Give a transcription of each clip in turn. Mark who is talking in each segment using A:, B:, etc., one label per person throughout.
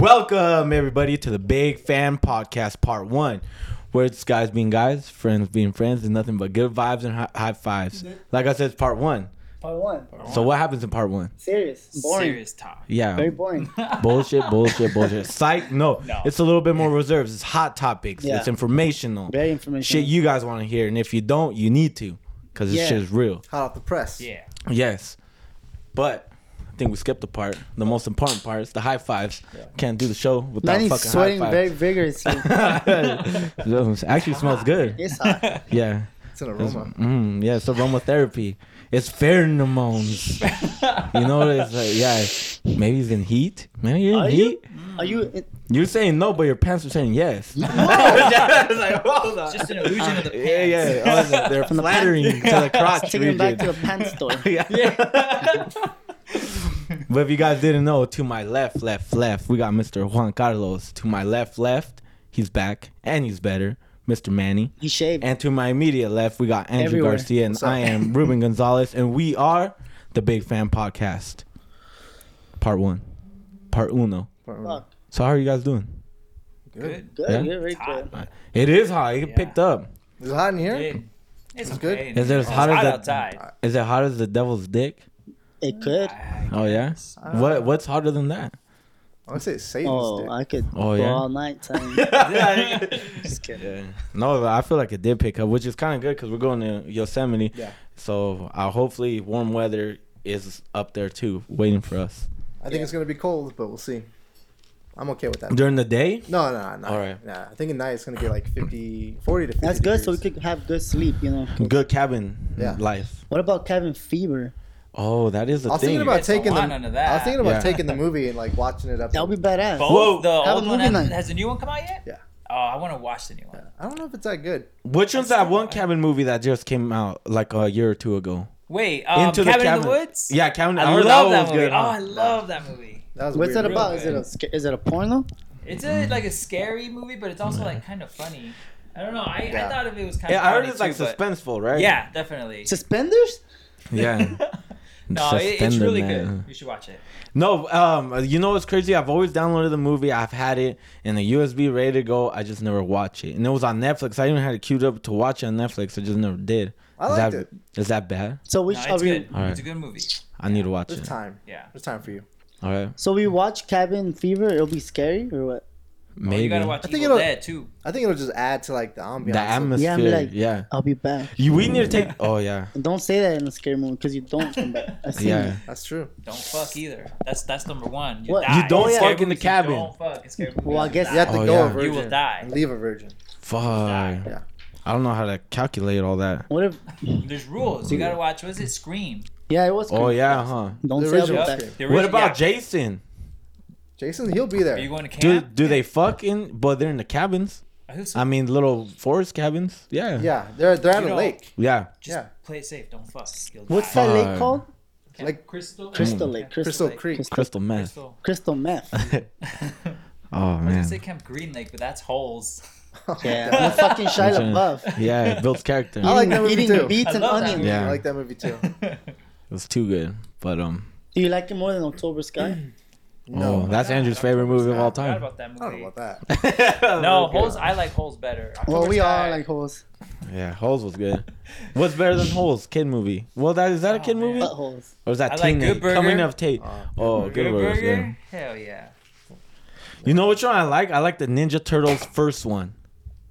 A: Welcome everybody to the Big Fan Podcast Part One, where it's guys being guys, friends being friends, and nothing but good vibes and hi- high fives. Like I said, it's Part One.
B: Part one.
A: So what happens in Part One?
B: Serious. Boring.
C: Serious talk.
B: Very
A: Yeah,
B: boring.
A: bullshit, bullshit, bullshit. Psych. No,
C: No.
A: it's a little bit more reserves. It's hot topics.
B: Yeah.
A: It's informational.
B: Very informational.
A: Shit you guys want to hear, and if you don't, you need to, because this
B: Yeah.
A: shit is real.
D: hot off the press.
C: Yeah.
A: Yes, but. I think we skipped the part, the most important part, is the high fives. Can't do the show without
B: Manny's
A: fucking
B: sweating
A: high fives.
B: very vigorously.
A: Those actually smells good.
B: it's hot.
A: Yeah.
D: It's an aroma.
A: Mm, yeah, it's aromatherapy. It's pheromones. you know, it's like, yeah, maybe it's in heat. Maybe you're in
B: Are you?
A: heat.
B: Are you?
A: You? are saying no, but your pants are saying yes.
C: Just an illusion of the pants.
A: yeah, yeah. Oh, it's- they're
B: From the pants.
A: flattering to the crotch
B: Taking him
A: region.
B: back to the pants store.
A: yeah. but if you guys didn't know, to my left, left, left, we got Mr. Juan Carlos. To my left, left, he's back and he's better. Mr. Manny.
B: He shaved.
A: And to my immediate left, we got Andrew
B: Everywhere.
A: Garcia, and
D: What's up?
A: I am Ruben Gonzalez, and we are the Big Fan Podcast. Part one, part uno.
D: Aroma.
B: Fuck.
A: So how are you guys doing?
D: Good.
C: Good.
B: Good.
A: Yeah.
B: You're very
C: It's
B: good.
C: hot.
A: It is hot. It
C: Yeah.
A: picked up.
D: Is it hot in here?
C: Good. It's
D: good.
C: okay.
A: Is it as
C: It's
A: hot as that-
C: outside?
A: Is it hot as the devil's dick?
B: It could.
A: Oh yeah.
D: Uh,
A: What What's hotter than that?
D: I would say it's Satan's
B: Oh,
D: dick.
B: I could
A: Oh,
B: go
A: yeah?
B: all night time. Just kidding.
A: No, I feel like it did pick up, which is kind of good because we're going to Yosemite.
D: Yeah.
A: So uh, hopefully warm weather is up there too, waiting for us
D: I think it's gonna be cold, but we'll see. I'm okay with that.
A: during the day.
D: No, no, no.
A: All right.
D: Nah, I think at night it's gonna be like 50, 40 to 50
B: That's good. So we
D: degrees.
B: could have good sleep. You know.
A: Good cabin
D: Yeah.
A: life.
B: What about Kevin Fever?
A: Oh, that is
D: I
A: a
D: was
A: thing.
D: thinking about
C: It's a
D: taking the.
C: lot under that.
D: I was thinking about
A: Yeah.
D: taking the movie and like watching it up.
B: That would be badass.
C: Both
A: Whoa.
C: the
B: Have a
C: old one
B: movie
C: has,
B: night.
C: has the new one come out yet?
D: Yeah.
C: Oh, I want to watch the new one.
D: I don't know if it's that good.
A: Which one's that one cabin movie that just came out like a year or two ago?
C: Wait, um, Cabin, in the Woods.
A: Yeah, Cabin.
C: I,
A: heard
C: love
A: one
C: that
A: was
C: movie.
A: good.
C: Oh, I love that movie.
D: That was
B: What's
D: weird.
B: that about?
C: Real
B: Is it a sca- is it a porno?
C: It's a
A: Mm.
C: like a scary movie, but it's also like kind of funny. I don't know. I,
D: Yeah.
C: I thought if it was kind
A: yeah,
C: of.
A: I heard
C: funny
A: it's like
C: too, but-
A: suspenseful, right?
C: Yeah, definitely.
B: Suspenders?
A: yeah.
C: no, it, it's
A: Suspender
C: really
A: Man.
C: good. You should watch it.
A: No, um, you know what's crazy? I've always downloaded the movie. I've had it in a USB ready to go. I just never watch it, and it was on Netflix. I even had it queued up to watch it on Netflix. I just never did.
D: I
A: is
D: liked
A: that,
D: it.
A: Is that bad?
B: So
C: No,
B: which are
C: it's
B: we?
C: good.
A: Alright.
C: It's a good movie. Oh,
A: I need to watch
D: There's
A: it.
D: time.
C: Yeah.
D: There's time for you.
A: All right,
B: So we watch Cabin Fever. It'll be scary or what?
C: Oh, you
A: maybe
C: gotta watch
D: I think
C: Evil
D: it'll-
C: Dead too.
D: I think it'll just add to like the ambiance.
A: the atmosphere.
B: Yeah,
A: Yeah,
B: I'm like-
A: yeah.
B: I'll be back.
A: You, we need to take. Oh yeah,
B: And Don't say that in a scary movie because you don't come back. I seen
A: yeah.
B: it.
D: That's true.
C: Don't fuck either. That's that's number one.
B: What?
C: die.
A: You don't
C: Scary
A: fuck in the
C: movies, you
A: cabin.
C: Don't fuck. It's scary
B: Well, I
C: movies, you
B: guess
C: die.
D: You have to
A: Oh,
D: go
A: yeah.
D: a
A: You
D: virgin.
C: will die.
D: and leave a virgin.
A: Fuck.
C: Yeah.
A: I don't know how to calculate all that.
B: What if?
C: There's rules. You gotta watch. What is it? Scream. Yeah.
B: Yeah, it was.
A: Oh
B: creepy.
A: yeah, huh?
B: Don't
D: The
B: say I'll be
D: original
B: back.
D: Scream.
C: The
A: What
C: origi-
A: about
C: yeah.
A: Jason?
D: Jason, he'll be there.
C: Are you going to camp?
A: Do do they fuck in? But they're in the cabins.
C: I think so.
A: I mean, little forest cabins. Yeah.
D: yeah, they're they're at
C: You
D: a
C: know-
D: lake.
A: Yeah.
C: Just
D: yeah.
C: play it safe. Don't fuck. You'll
B: What's
C: die.
B: that lake
A: Fuck.
B: called?
C: Camp
D: like-
C: Crystal?
B: Crystal
C: Yeah.
B: Lake.
D: Crystal
C: Lake.
D: Creek.
A: Crystal meth.
C: Crystal.
B: Crystal meth.
A: oh
C: I was gonna
A: man.
C: say Camp Green Lake, but that's holes.
B: Yeah, I'm a fucking Shia
A: I'm trying-
B: LaBeouf.
A: Yeah, it builds character.
D: I like that movie
B: eating
D: too.
B: beets
C: I
B: and
C: love that
B: onions.
C: movie.
A: Yeah.
D: I like that movie too.
C: Oh,
A: It was too good. But um,
B: Do you like it more than October Sky?
A: oh, that's
C: Yeah,
A: Andrew's
C: October
A: favorite movie of
C: Sky.
A: all
C: I
A: time.
C: forgot about that
D: I don't
C: movie.
D: know about that.
C: No, holes. I like holes better.
B: Well,
C: October
B: we
C: Sky.
B: are like holes,
A: Yeah, Holes was good. What's better than Holes? Kid movie. Well, that is that a
C: Oh,
A: kid
C: man.
A: movie?
B: buttholes.
A: Or is
C: I
A: that
C: like
A: teen?
C: Good Burger.
A: Coming of Tate.
D: Oh,
A: Oh,
C: Good
A: Good Burger. yeah.
C: Burger. Hell yeah.
A: You know which one I like? I like the Ninja Turtles first one.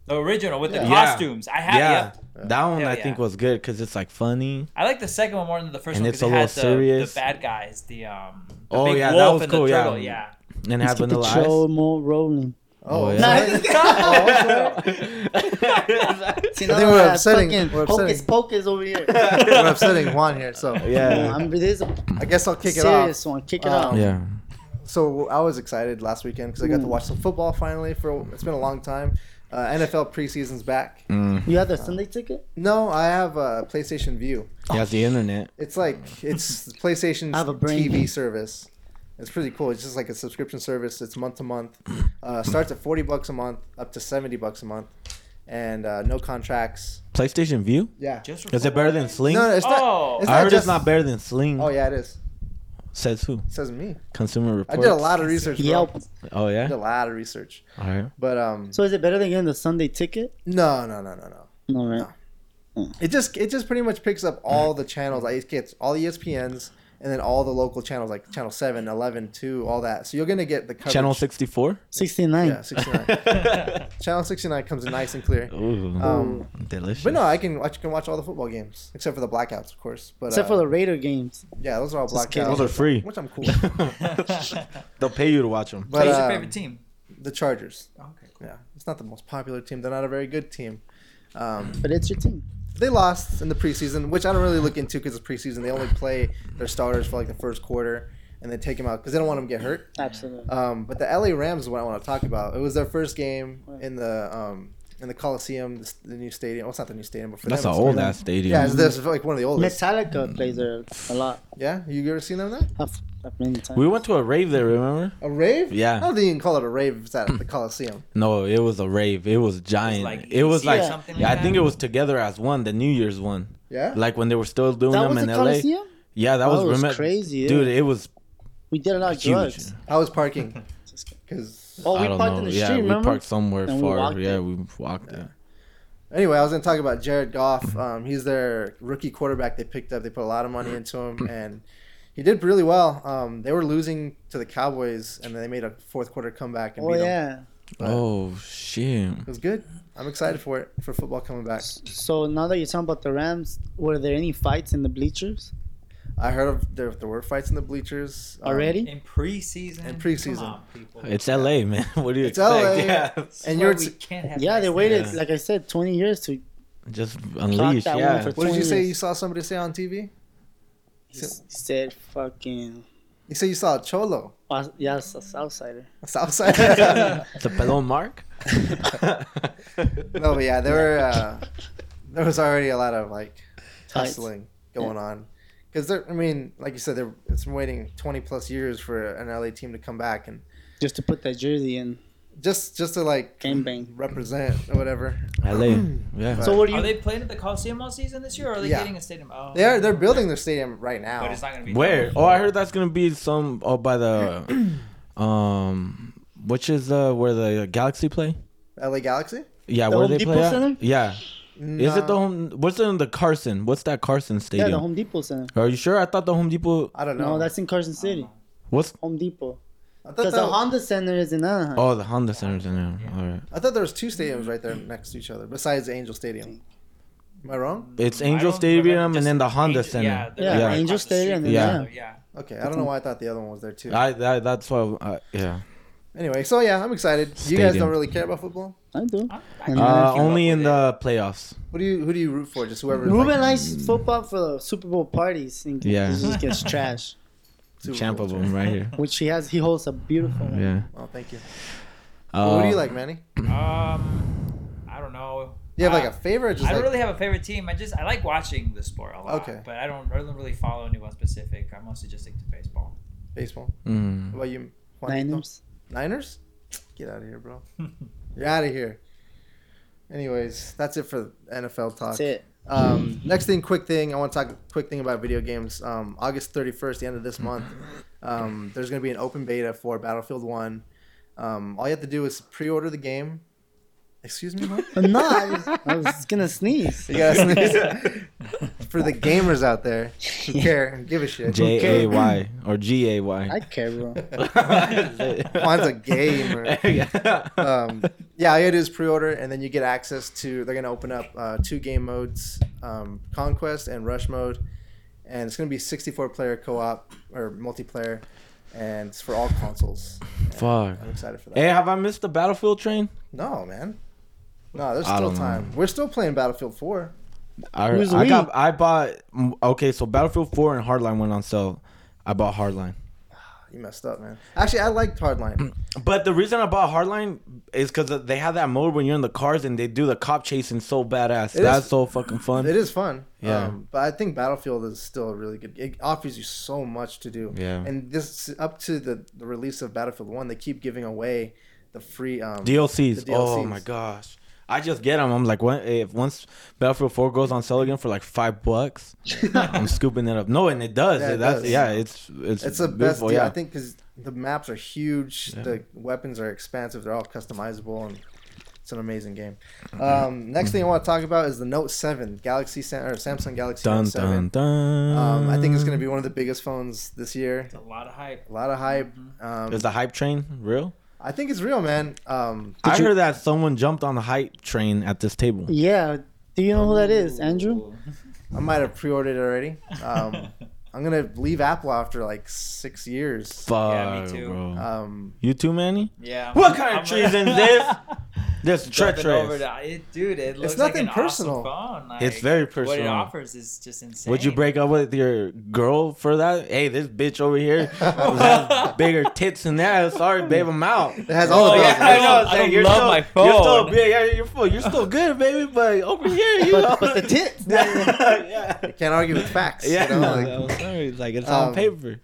C: The original with the
A: Yeah.
C: costumes. I had.
A: Yeah,
C: Yep.
A: that one
C: Hell
A: I think
C: yeah.
A: was good because it's like funny.
C: I like the second one more than the first
A: And
C: one
A: it's
C: because
A: a
C: it
A: little
C: had the,
A: serious.
C: the bad guys, the um, the
A: Oh,
C: big
A: yeah, that
C: wolf
A: was
C: and
A: cool,
C: the
A: yeah.
C: turtle. Yeah,
A: And
B: Let's
A: have
B: get
A: vanilla
B: the show more rolling.
A: Oh,
D: oh,
A: yeah.
D: yeah.
B: See,
D: I
B: now
D: think
B: I'm
D: we're
B: like
D: upsetting-
B: fucking
D: we're
B: Hocus
D: upsetting.
B: pocus over here.
D: We're upsetting Juan here, so
B: No,
A: yeah.
B: I'm, this is a
D: I guess I'll kick it off.
B: serious one. Kick it
D: Um,
B: off.
A: Yeah.
D: So I was excited last weekend because I got to
B: Ooh.
D: watch some football finally. For it's been a long time. Uh, NFL preseason's back.
A: Mm.
B: You had the Sunday ticket?
D: No, I have a PlayStation View.
A: He has the internet.
D: It's like it's PlayStation's
B: I have a brain.
D: TV service. It's pretty cool. It's just like a subscription service. It's month to month. Uh, Starts at forty bucks a month, up to seventy bucks a month, and uh, no contracts.
A: PlayStation View?
D: Yeah.
C: just for
A: Is it better than
C: football.
A: Sling?
D: No, no, it's not.
C: Oh.
D: It's
A: I
D: not
A: heard
D: just,
A: it's not better than Sling.
D: Oh yeah, it is.
A: Says who?
D: says me.
A: Consumer
D: I
A: Reports.
D: did a lot of research. Bro.
B: Yelp.
A: Oh
D: I did
A: yeah.
D: a lot of research.
A: All right.
D: But um,
B: So is it better than getting the Sunday ticket?
D: no, no, no, no, no.
B: No, right?
D: No. It just it just pretty much picks up all the channels. Like it gets all the E ESPNs and then all the local channels like channel 7, 11, 2, all that. So you're gonna get the coverage.
A: Channel sixty four.
B: 69.
D: Yeah, 69. channel 69 comes nice and clear.
A: Ooh,
D: Um,
A: delicious.
D: but no, I can watch can watch all the football games except for the blackouts, of course. But
B: Except
D: uh,
B: for the Raider games.
D: yeah, those are all
B: kidding.
D: blackouts.
A: Those are free.
D: Which I'm cool. with.
C: Who's
A: They'll pay you to watch them.
D: But
C: your
D: um,
C: favorite team?
D: the Chargers.
C: Okay.
D: Yeah, it's not the most popular team. They're not a very good team. Um,
B: But it's your team.
D: they lost in the preseason, which I don't really look into because it's preseason. They only play their starters for like the first quarter and then take them out because they don't want them to get hurt.
B: Absolutely.
D: Um, but the LA Rams is what I want to talk about. It was their first game in the um, in the Coliseum, the, the new stadium. Well, it's not the new stadium, but for
A: That's
D: them,
A: an
D: it's-
A: old ass stadium.
D: Yeah, it's, that's like one of the oldest.
A: Mm.
B: Metallica plays there a lot.
D: yeah, you ever seen them there?
B: I've, I've many times.
A: we went to a rave there. Remember?
D: A rave?
A: Yeah.
D: I don't think you can call it a rave if it's at the Coliseum.
A: No, it was a rave. It was giant. It was
C: like
A: like,
C: EDC or something
A: yeah,
C: like
A: I think
C: that?
A: it was together as one, the New Year's one.
D: Yeah.
A: Like when they were still doing
B: that
A: them
B: was
A: in
B: the
A: LA.
B: Coliseum?
A: Yeah, that
B: That
A: was,
B: was
A: remem-
B: crazy, yeah.
A: dude. It was
B: We did a lot of
A: huge.
B: drugs.
D: I was parking because
B: Oh,
A: I
B: we
A: don't
B: parked
A: know.
B: in the
A: yeah,
B: street,
A: we
B: remember?
A: parked somewhere
B: And we
A: far.
B: walked
A: yeah,
B: it.
A: we walked it.
D: Anyway, I was going to talk about Jared Goff. Um, he's their rookie quarterback they picked up. They put a lot of money into him, and he did really well. Um, they were losing to the Cowboys, and then they made a fourth quarter comeback and
B: Oh,
D: beat them.
B: yeah.
A: Oh shit!
D: It was good. I'm excited for it for football coming back.
B: So now that you're talking about the Rams, were there any fights in the bleachers?
D: I heard of there, there were fights in the bleachers um,
B: Already?
C: In preseason.
D: In preseason.
C: Come on, people.
A: It's L.A. man. What do you
D: It's
A: expect?
D: LA.
A: Yeah,
D: and
C: and
D: you're-
C: you're we can't have
B: Yeah,
C: nice
B: they waited,
A: Yeah.
B: like I said, 20 years to.
A: just unleash.
B: that
A: Yeah,
B: one for-
D: What did you say
B: Twenty.
D: you saw somebody say on TV?
B: He s- said, fucking.
D: You said you saw a Cholo,
B: Wa- Yeah, it's a Southsider.
D: a Southside.
A: it's a pelon mark.
D: no, but yeah, there were uh, there was already a lot of like
B: Fights.
D: tussling going on because they're. I mean, like you said, they're it's been waiting 20 plus years for an LA team to come back and
B: Just to put that jersey in.
D: just just to like
B: Game bang.
D: represent or whatever.
A: L.A. Yeah.
B: So what do
C: Are
B: you.
C: they playing at the Coliseum all season this year, or are they
D: Yeah.
C: getting a stadium? Oh,
D: They are they're building their stadium right
C: But
D: now.
C: it's not gonna be
A: Where? Oh, I heard that's gonna be some oh by the, um, which is uh where the Galaxy play.
D: LA Galaxy.
A: Yeah,
B: The
A: where
B: Home
A: they
B: Depot
A: play. at?
B: Center?
A: Yeah, is it the
D: No,
A: home? What's in the Carson? What's that Carson
B: Yeah,
A: stadium?
B: the Home Depot Center.
A: Are you sure? I thought the Home Depot.
D: I don't know.
B: No, that's in Carson City.
A: Oh. What's
B: Home Depot.
D: I thought,
B: Because the
D: that-
B: Honda Center is in uh, Anaheim.
A: oh the Honda Center's in there. All right,
D: I thought there was two stadiums right there next to each other besides Angel Stadium. Am I wrong?
A: it's
C: I
A: Angel
C: don't
A: Stadium
C: remember,
A: and then the
C: just
A: Honda
C: Angel-
A: Center.
C: Yeah, they're
B: Yeah,
C: right
B: Angel
C: across the street
B: Stadium,
C: from each
A: yeah.
C: other, yeah.
D: Okay, I don't know why I thought the other one was there too.
A: I that, that's why. Uh, yeah.
D: Anyway, so yeah, I'm excited. You guys
A: Stadium.
D: don't really care about football.
B: I do.
C: I- I-
B: And
A: Uh,
B: I-
A: only in the playoffs.
D: What do you who do you root for? Just whoever.
B: Ruben likes football for the Super Bowl parties. And
A: mm. Yeah.
B: yeah. just gets trash.
A: Champ of them right here.
B: Which he has, he holds a beautiful one.
A: Yeah.
D: Oh, thank you.
A: Uh,
D: what do you like, Manny? Do
C: Um, I don't know.
D: you have
C: Uh,
D: like a favorite? or Just
C: I don't
D: like,
C: really have a favorite team. I just I like watching the sport a lot.
D: Okay.
C: But I don't I don't really follow anyone specific. I mostly just stick to baseball.
D: baseball.
A: mm.
D: What about you? Juanito?
B: Niners.
D: Niners? Get out of here, bro. You're out of here. Anyways, that's it for NFL talk.
B: That's it.
D: Um, next thing, quick thing. I want to talk quick thing about video games. Um, August 31st, the end of this month, um, there's going to be an open beta for Battlefield 1. Um, all you have to do is pre-order the game. Excuse me, what?
B: I'm not. I was, I was gonna sneeze.
D: You gotta sneeze. for the gamers out there who care and give a shit.
A: J A Y or G A Y.
B: I care, bro.
D: Juan's a gamer.
A: yeah.
D: um, yeah, all you gotta do is pre-order, and then you get access to. They're gonna open up uh, two game modes: um, Conquest and Rush mode, and it's gonna be 64 player co-op or multiplayer, and it's for all consoles.
A: Fuck.
D: I'm excited for that.
A: Hey, have I missed the Battlefield train?
D: No, man. No, there's
A: I
D: still
A: don't know.
D: time. We're still playing Battlefield 4.
A: I,
B: Who's
A: I
B: we?
A: got. I bought. mm, Okay, so Battlefield Four and Hardline went on sale. I bought Hardline.
D: You messed up, man. Actually, I liked Hardline.
A: But the reason I bought Hardline is because they have that mode when you're in the cars and they do the cop chasing so badass.
D: It
A: That's
D: is-
A: so fucking fun.
D: It is fun.
A: Um, Yeah.
D: Um, but I think Battlefield is still a really good. It offers you so much to do.
A: Yeah.
D: And this up to the, the release of Battlefield 1, they keep giving away the free um
A: DLCs.
D: The
A: Oh
D: DLCs.
A: my gosh. I just get them. I'm like, when, if once Battlefield 4 goes on sale again for like five bucks, I'm scooping it up. No, and it does.
D: Yeah, it
A: That's
D: does.
A: yeah, it's it's
D: It's the best
A: beautiful,
D: deal,
A: Yeah,
D: I think, because the maps are huge. The weapons are expansive. They're all customizable, and it's an amazing game. Um, next
A: Mm-hmm.
D: thing I want to talk about is the Note Seven Galaxy Sam- or Samsung Galaxy
A: dun
D: Note
A: dun
D: Seven.
A: dun.
D: Um, I think it's going to be one of the biggest phones this year.
C: It's a lot of hype.
D: A lot of hype.
C: Mm-hmm.
D: Um,
A: Is the hype train real?
D: I think it's real, man. Um,
A: I
B: you-
A: heard that someone jumped on the hype train at this table.
B: Yeah. Do you know who that is, Andrew?
D: I might have pre-ordered it already. Um, I'm gonna leave Apple after like six years.
A: Fuck,
C: Yeah, me too.
A: bro.
D: Um,
A: you too, Manny?
C: Yeah.
A: What kind of treason is this? This is
C: Jumping over
A: treacherous.
C: to- it, dude, it looks
D: nothing
C: like an
D: personal.
C: Awesome phone. Like,
A: It's very
C: What it
A: personal.
C: offers is just insane.
A: Would you break up with your girl for that? Hey, this bitch over here has bigger tits than that. Sorry, babe, I'm out.
D: it has all
C: Oh,
D: the bells
C: yeah,
D: and
C: I
D: whistles.
C: know. I don't love
A: still,
C: my
A: You're still,
C: phone.
A: yeah, yeah, you're full. You're still good, baby, but over here, you know.
B: But, but the tits.
A: yeah, yeah.
D: Can't argue with facts. you
A: yeah.
D: know, like-
A: no, I'm sorry. It's Like it's
D: Um,
A: on paper.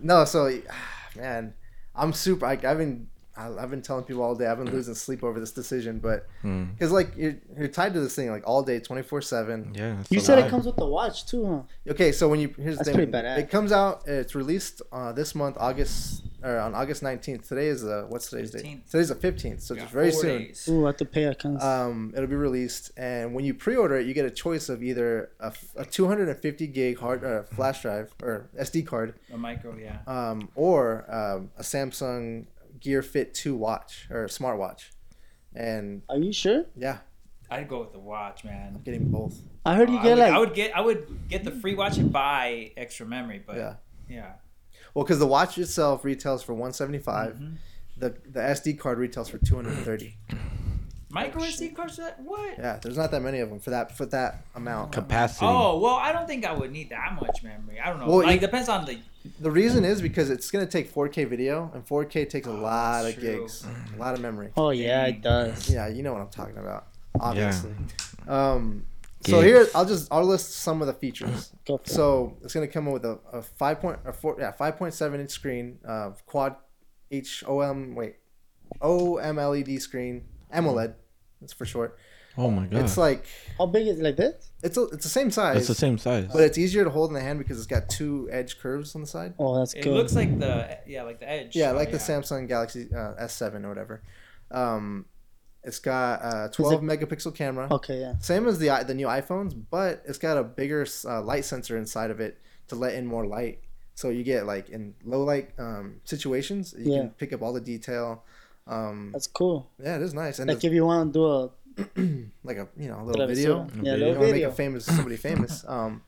D: No, so man, I'm super. I, I've been I, I've been telling people all day. I've been losing sleep over this decision, but because like you're you're tied to this thing like all day, twenty four seven.
A: Yeah.
B: You said it comes with the watch too, huh?
D: Okay, so when you here's the
B: That's
D: thing,
B: pretty badass.
D: it comes out. It's released uh, this month, August or on August nineteenth. Today is uh what's today's date?
C: 15th.
D: Today's the fifteenth, so
C: Yeah,
D: it's very
C: four
D: soon.
C: days.
B: Ooh, I have to pay accounts.
D: Um, it'll be released, and when you pre-order it, you get a choice of either a, f- a 250 gig hard uh, flash drive or SD card,
C: A micro, yeah.
D: um, or um, a Samsung Gear Fit 2 watch or smartwatch. And
B: Are you sure?
D: yeah,
C: I'd go with the watch, man.
D: getting both.
B: I heard you
C: I
B: get
C: would,
B: like.
C: I would get I would get the free watch and buy extra memory, but
D: Yeah.
C: yeah,
D: Well, because the watch itself retails for 175,
C: Mm-hmm.
D: the the SD card retails for 230.
C: micro SD cards. That what?
D: yeah, there's not that many of them for that for that amount.
A: capacity.
C: Oh well, I don't think I would need that much memory. I don't know.
D: Well,
C: like
D: you-
C: depends on the
D: The reason is because it's gonna take 4K video, and 4K takes a lot of
C: true.
D: gigs, a lot of memory.
B: oh yeah, it does.
D: Yeah, you know what I'm talking about, obviously. Um, so
A: Gigs.
D: here, I'll just I'll list some of the features.
B: Go for it.
D: So it's gonna come with a, a five point or four yeah five point seven inch screen, uh, quad HOM wait OMLED E screen AMOLED. That's for short.
A: Oh my god.
D: It's like
B: How big is it? Like this?
D: it's a, it's the same
A: it's
D: size,
A: the same size.
D: but it's easier to hold in the hand because it's got two edge curves on the side.
B: Oh, that's
C: it
B: good.
C: looks like the yeah like the edge.
D: Yeah,
C: so
D: like the
C: yeah.
D: Samsung Galaxy uh, S7 or whatever. Um, it's got a 12 megapixel camera.
B: okay, yeah.
D: same as the i- the new iPhones, but it's got a bigger uh, light sensor inside of it to let in more light. So you get like in low light um, situations, you
B: Yeah.
D: can pick up all the detail. Um,
B: That's cool.
D: yeah, it is nice, and
B: Like
D: it's
B: if you want to do a
D: like a you know a little
B: travesura.
D: video.
B: yeah,
A: A
B: a
D: You
B: little
D: want to make
B: video.
D: a famous somebody famous. Um,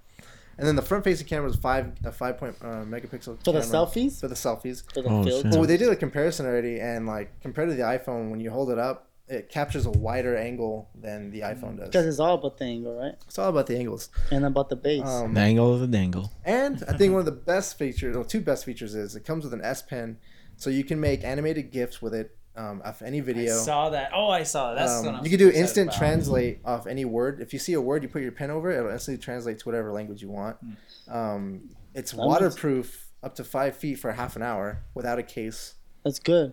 D: and then the front facing camera is five a five point uh, megapixel
B: for the
D: camera
B: selfies,
D: for the selfies.
B: for the
A: Oh,
B: filter.
A: shit.
D: Well, they did a comparison already, and like compared to the iPhone, when you hold it up, it captures a wider angle than the iPhone
B: Mm. Because
D: does.
B: it's all about the angle, right?
D: It's all about the angles.
B: And about the base.
D: Um,
A: the angle of the dangle.
D: And I think one of the best features, or two best features, is it comes with an S Pen, so you can make animated GIFs with it um, off any
C: I
D: video.
C: saw that. Oh, I saw that. That's what
D: Um,
C: I'm
D: you can do
C: excited
D: instant
C: about.
D: translate off any word. If you see a word, you put your pen over it; it'll instantly translate to whatever language you want.
C: Hmm.
D: Um, it's
B: That
D: waterproof up to five feet for half an hour without a case.
B: that's good.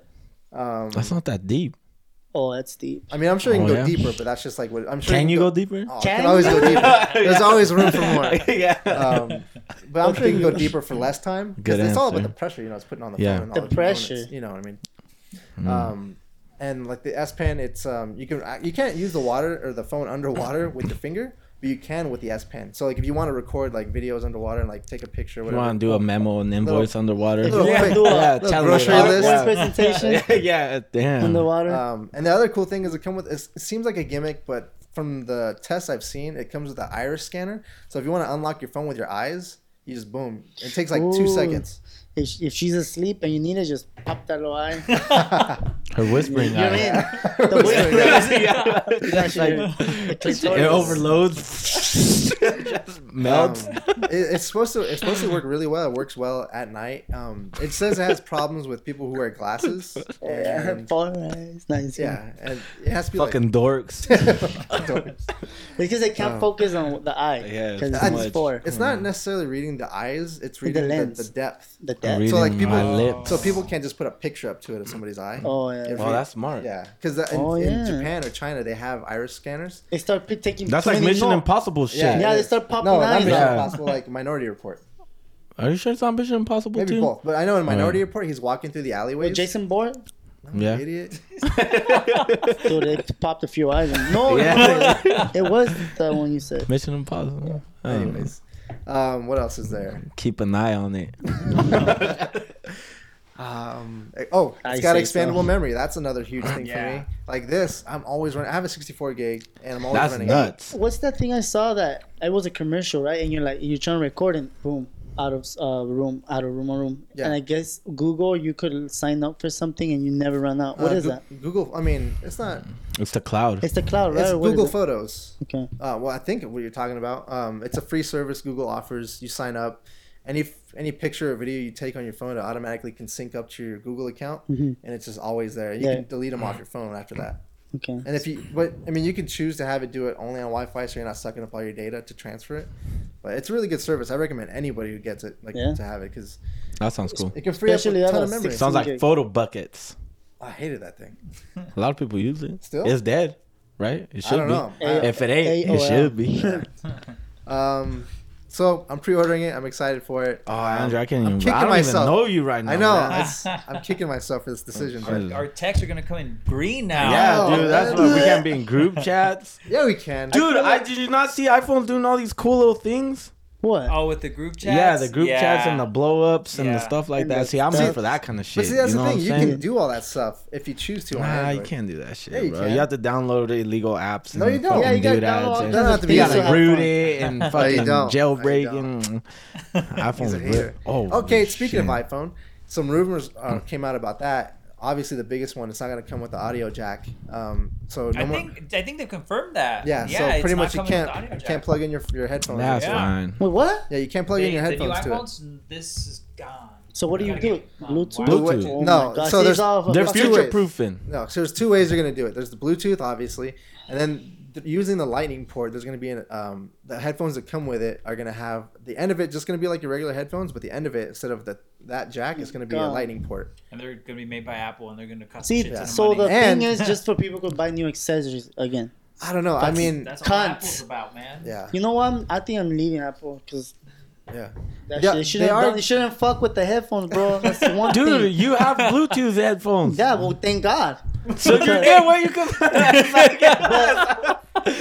D: Um,
A: That's not that deep.
B: Oh, that's deep.
D: I mean, I'm sure you can
A: Oh,
D: go
A: yeah.
D: deeper, but that's just like what I'm sure.
A: Can you go deeper?
D: Oh, I
B: Can
D: can always go
B: you?
D: deeper. There's always room for more.
A: yeah.
D: Um, but I'm sure you can go deeper for less time. 'cause
A: Good
D: it's all about
A: answer.
D: the pressure, you know, it's putting on the
A: Yeah. Mm-hmm.
D: phone. And all
B: The
D: components,
B: pressure.
D: You know what I mean? Um, and like the S Pen, it's um, you can you can't use the water or the phone underwater with your finger, but you can with the S Pen. So like if you want to record like videos underwater and like take a picture,
A: You
D: whatever.
A: want to do a memo, an invoice underwater?
D: If you wanna
A: yeah,
D: do
B: a
A: yeah,
D: little
A: tell me.
D: grocery
A: Yeah.
D: list.
B: One
A: Yeah.
B: presentation
A: yeah, yeah, damn.
B: in the water.
D: Um, and the other cool thing is it come with it seems like a gimmick, but from the tests I've seen, it comes with an iris scanner. So if you want to unlock your phone with your eyes, you just boom. It takes like two
B: Ooh.
D: seconds.
B: if, if she's asleep and you need it, just pop that little eye.
A: Her whispering.
B: You're
A: eye.
B: in. The
D: Yeah.
B: way-
A: yeah.
B: That's
A: like-
B: your- the
A: It
B: clitoris.
A: overloads. just melts.
D: Um, it- it's supposed to it's supposed to work really well. It works well at night. Um, it says it has problems with people who wear glasses.
B: Oh, Yeah, her
D: And,
B: phone eyes. Nice.
D: yeah, and it has to be
A: Fucking dorks.
D: like.
B: Because they can't
D: Um,
B: focus on the eye.
A: Yeah, it's
B: Because
A: too
B: it's
A: much.
B: four.
D: it's not necessarily reading the eyes. It's
B: The
D: reading the, the,
B: lens.
D: depth.
B: The that?
A: reading
B: Really?
D: So like people,
A: my lips.
D: so people can't just put a picture up to it of somebody's eye.
B: Oh yeah.
D: If
A: Wow, that's smart.
D: Yeah, because in,
B: Oh,
D: in
B: yeah.
D: Japan or China they have iris scanners.
B: They start pick, taking.
A: That's like
B: 20
A: Mission
B: no.
A: Impossible shit.
B: Yeah,
D: it
B: they
D: is.
B: start popping
D: No, not
B: eyes
D: Mission
A: out.
D: Impossible, like Minority Report.
A: Are you sure it's on Mission Impossible
D: Maybe
A: too?
D: both, but I know in Minority
A: Oh.
D: Report he's walking through the alleyways.
B: With Jason Bourne,
A: Yeah.
D: idiot.
B: dude, they popped a few eyes. And, no,
A: Yeah.
B: it was that one you said.
A: Mission Impossible.
B: Oh.
A: I don't know.
D: Anyways, um, what else is there?
A: keep an eye on it.
D: Um, oh,
B: I
D: it's got
B: say
D: expandable
B: so.
D: memory. That's another huge thing for
C: Yeah.
D: me. Like this, I'm always running. I have a 64 gig, and I'm always
A: That's
D: running.
A: nuts.
B: What's that thing I saw that it was a commercial, right? And you're like, you're trying to record and boom, out of uh, room, out of room, or room.
D: Yeah.
B: And I guess Google, you could sign up for something and you never run out. What
D: Uh,
B: is
D: Goo-
B: that?
D: Google. I mean, it's not.
A: It's the cloud.
B: It's the cloud, right?
D: It's
B: Or what is
D: Google
B: it?
D: Photos.
B: Okay.
D: Uh, well, I think what you're talking about. Um, it's a free service Google offers. You sign up. Any f- any picture or video you take on your phone, it automatically can sync up to your Google account,
B: Mhm.
D: and it's just always there. You
B: Yeah.
D: can delete them off your phone after that.
B: Okay.
D: And if you, but I mean, you can choose to have it do it only on Wi-Fi, so you're not sucking up all your data to transfer it. But it's a really good service. I recommend anybody who gets it like
B: Yeah.
D: to have it because
A: That sounds cool.
D: it can free
B: Especially
D: up a
B: out of
D: ton of memory.
B: six-
A: Sounds like
B: Gig.
A: photo buckets.
D: I hated that thing.
A: A lot of people use it.
D: Still?
A: it's dead, right? It
D: I
A: should
D: don't
A: be.
D: know.
B: A-
A: If it ain't, it
B: AOL.
A: should be.
D: Um, so I'm pre-ordering it. I'm excited for it.
A: Oh, Andrew, I can't
D: I'm
A: even.
D: kicking
A: I don't
D: myself.
A: even know you right now.
D: I know.
A: man.
D: it's- I'm kicking myself for this decision.
A: Jesus.
D: But
C: Our texts are gonna come in green now.
A: Yeah,
D: Wow.
A: dude, that's why we can't be in group chats.
D: yeah, we can.
A: Dude, I did you not see iPhones doing all these cool little things?
B: What?
C: Oh, with the group chats.
A: Yeah, the group
C: Yeah.
A: chats and the blow ups and the
C: Yeah.
A: stuff like
B: And
A: that.
B: the
A: See, I'm
B: stuff.
A: in for that kind of shit.
D: but see, that's
A: you know
D: the
A: what
D: thing.
A: I'm
D: You
A: saying?
D: can do all that stuff if you choose to. on
A: Nah, you
D: Android.
A: can't do that shit,
D: Yeah, you
A: bro.
D: can.
A: You have to download illegal apps. And
D: No, you don't.
A: fucking
B: Yeah, you
A: do
B: gotta
A: that.
B: download
A: and-
D: Doesn't have to be
A: You
B: things
D: on
A: gotta
D: a
B: have
A: root
B: fun.
A: it and
D: No, you
A: fucking
D: don't.
A: jailbreak
D: No, you don't.
A: and
D: He's a
A: iPhones.
D: hater.
A: lit. Oh,
D: Okay, speaking
A: shit.
D: of iPhone, some rumors uh, came out about that. Obviously, the biggest one. It's not going to come with the audio jack. Um, so no
C: I
D: more.
C: think I think they've confirmed that.
D: yeah,
C: yeah
D: So
C: it's
D: pretty
C: not
D: much you
C: coming with the
D: can't
C: audio
D: you
C: jack.
D: can't plug in your your headphones.
A: That's
C: Yeah.
A: fine.
B: Wait, what?
D: yeah, you can't plug in your
C: They-
D: headphones
C: the
D: to
C: new
D: it.
C: iPhones, This is gone.
B: So what do you
C: Gotta
B: do?
C: get it on
B: Bluetooth.
C: wireless.
A: Bluetooth.
B: Oh
D: No,
B: My God.
D: so
B: See, it's
D: there's-
B: all-
A: They're
D: Two
A: future
D: ways.
A: proofing.
D: No, so there's two ways you're going to do it. There's the Bluetooth, obviously, and then th- using the Lightning port. There's going to be an um, the headphones that come with it are going to have the end of it just going to be like your regular headphones, but the end of it instead of the that jack is going to be a
B: God.
D: Lightning port.
C: And they're gonna be made by Apple, and they're gonna cost.
B: See,
C: shit ton of
B: so
C: money.
B: the
D: And-
B: thing is, just for people to buy new accessories again.
D: I don't know. I
B: That's-
D: mean,
C: that's all
B: Cunts.
C: Apple's about, man.
D: yeah,
B: You know what? I'm, I think I'm leaving Apple because
D: yeah.
B: that
D: Yeah,
B: shit, they shouldn't.
D: they are-
B: done- They shouldn't fuck with the headphones, bro. That's the one
A: Dude,
B: thing.
A: you have Bluetooth headphones.
B: Yeah, well, thank God.
A: So you get where you can.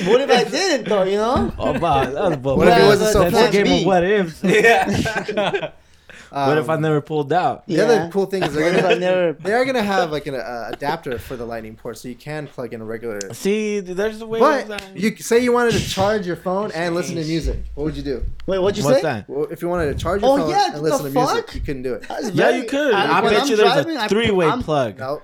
B: What if I didn't though? You know?
A: Oh, wow, that's bull-
D: What if it wasn't so
A: That's
D: plan
A: a game
B: B?
A: of what ifs.
C: Yeah.
D: Um,
A: What if I never pulled out?
D: The other cool thing is they're
B: What if I
D: gonna,
B: never-
D: they are gonna have like an uh, adapter for the lightning port, so you can plug in a regular.
A: See, there's a way.
D: But
A: that-
D: you say you wanted to charge your phone and listen to music. What would you do?
B: Wait, what'd you
A: What's
B: say?
A: that?
D: Well, if you wanted to charge your
B: Oh,
D: phone
B: yeah,
D: and
B: the
D: listen to music,
B: fuck?
D: you couldn't do it.
B: That's
A: Yeah,
B: very-
A: you could. I,
B: when
A: bet
B: I'm
A: you there's
B: driving, I-
A: a three-way
B: I'm-
A: plug.
D: No,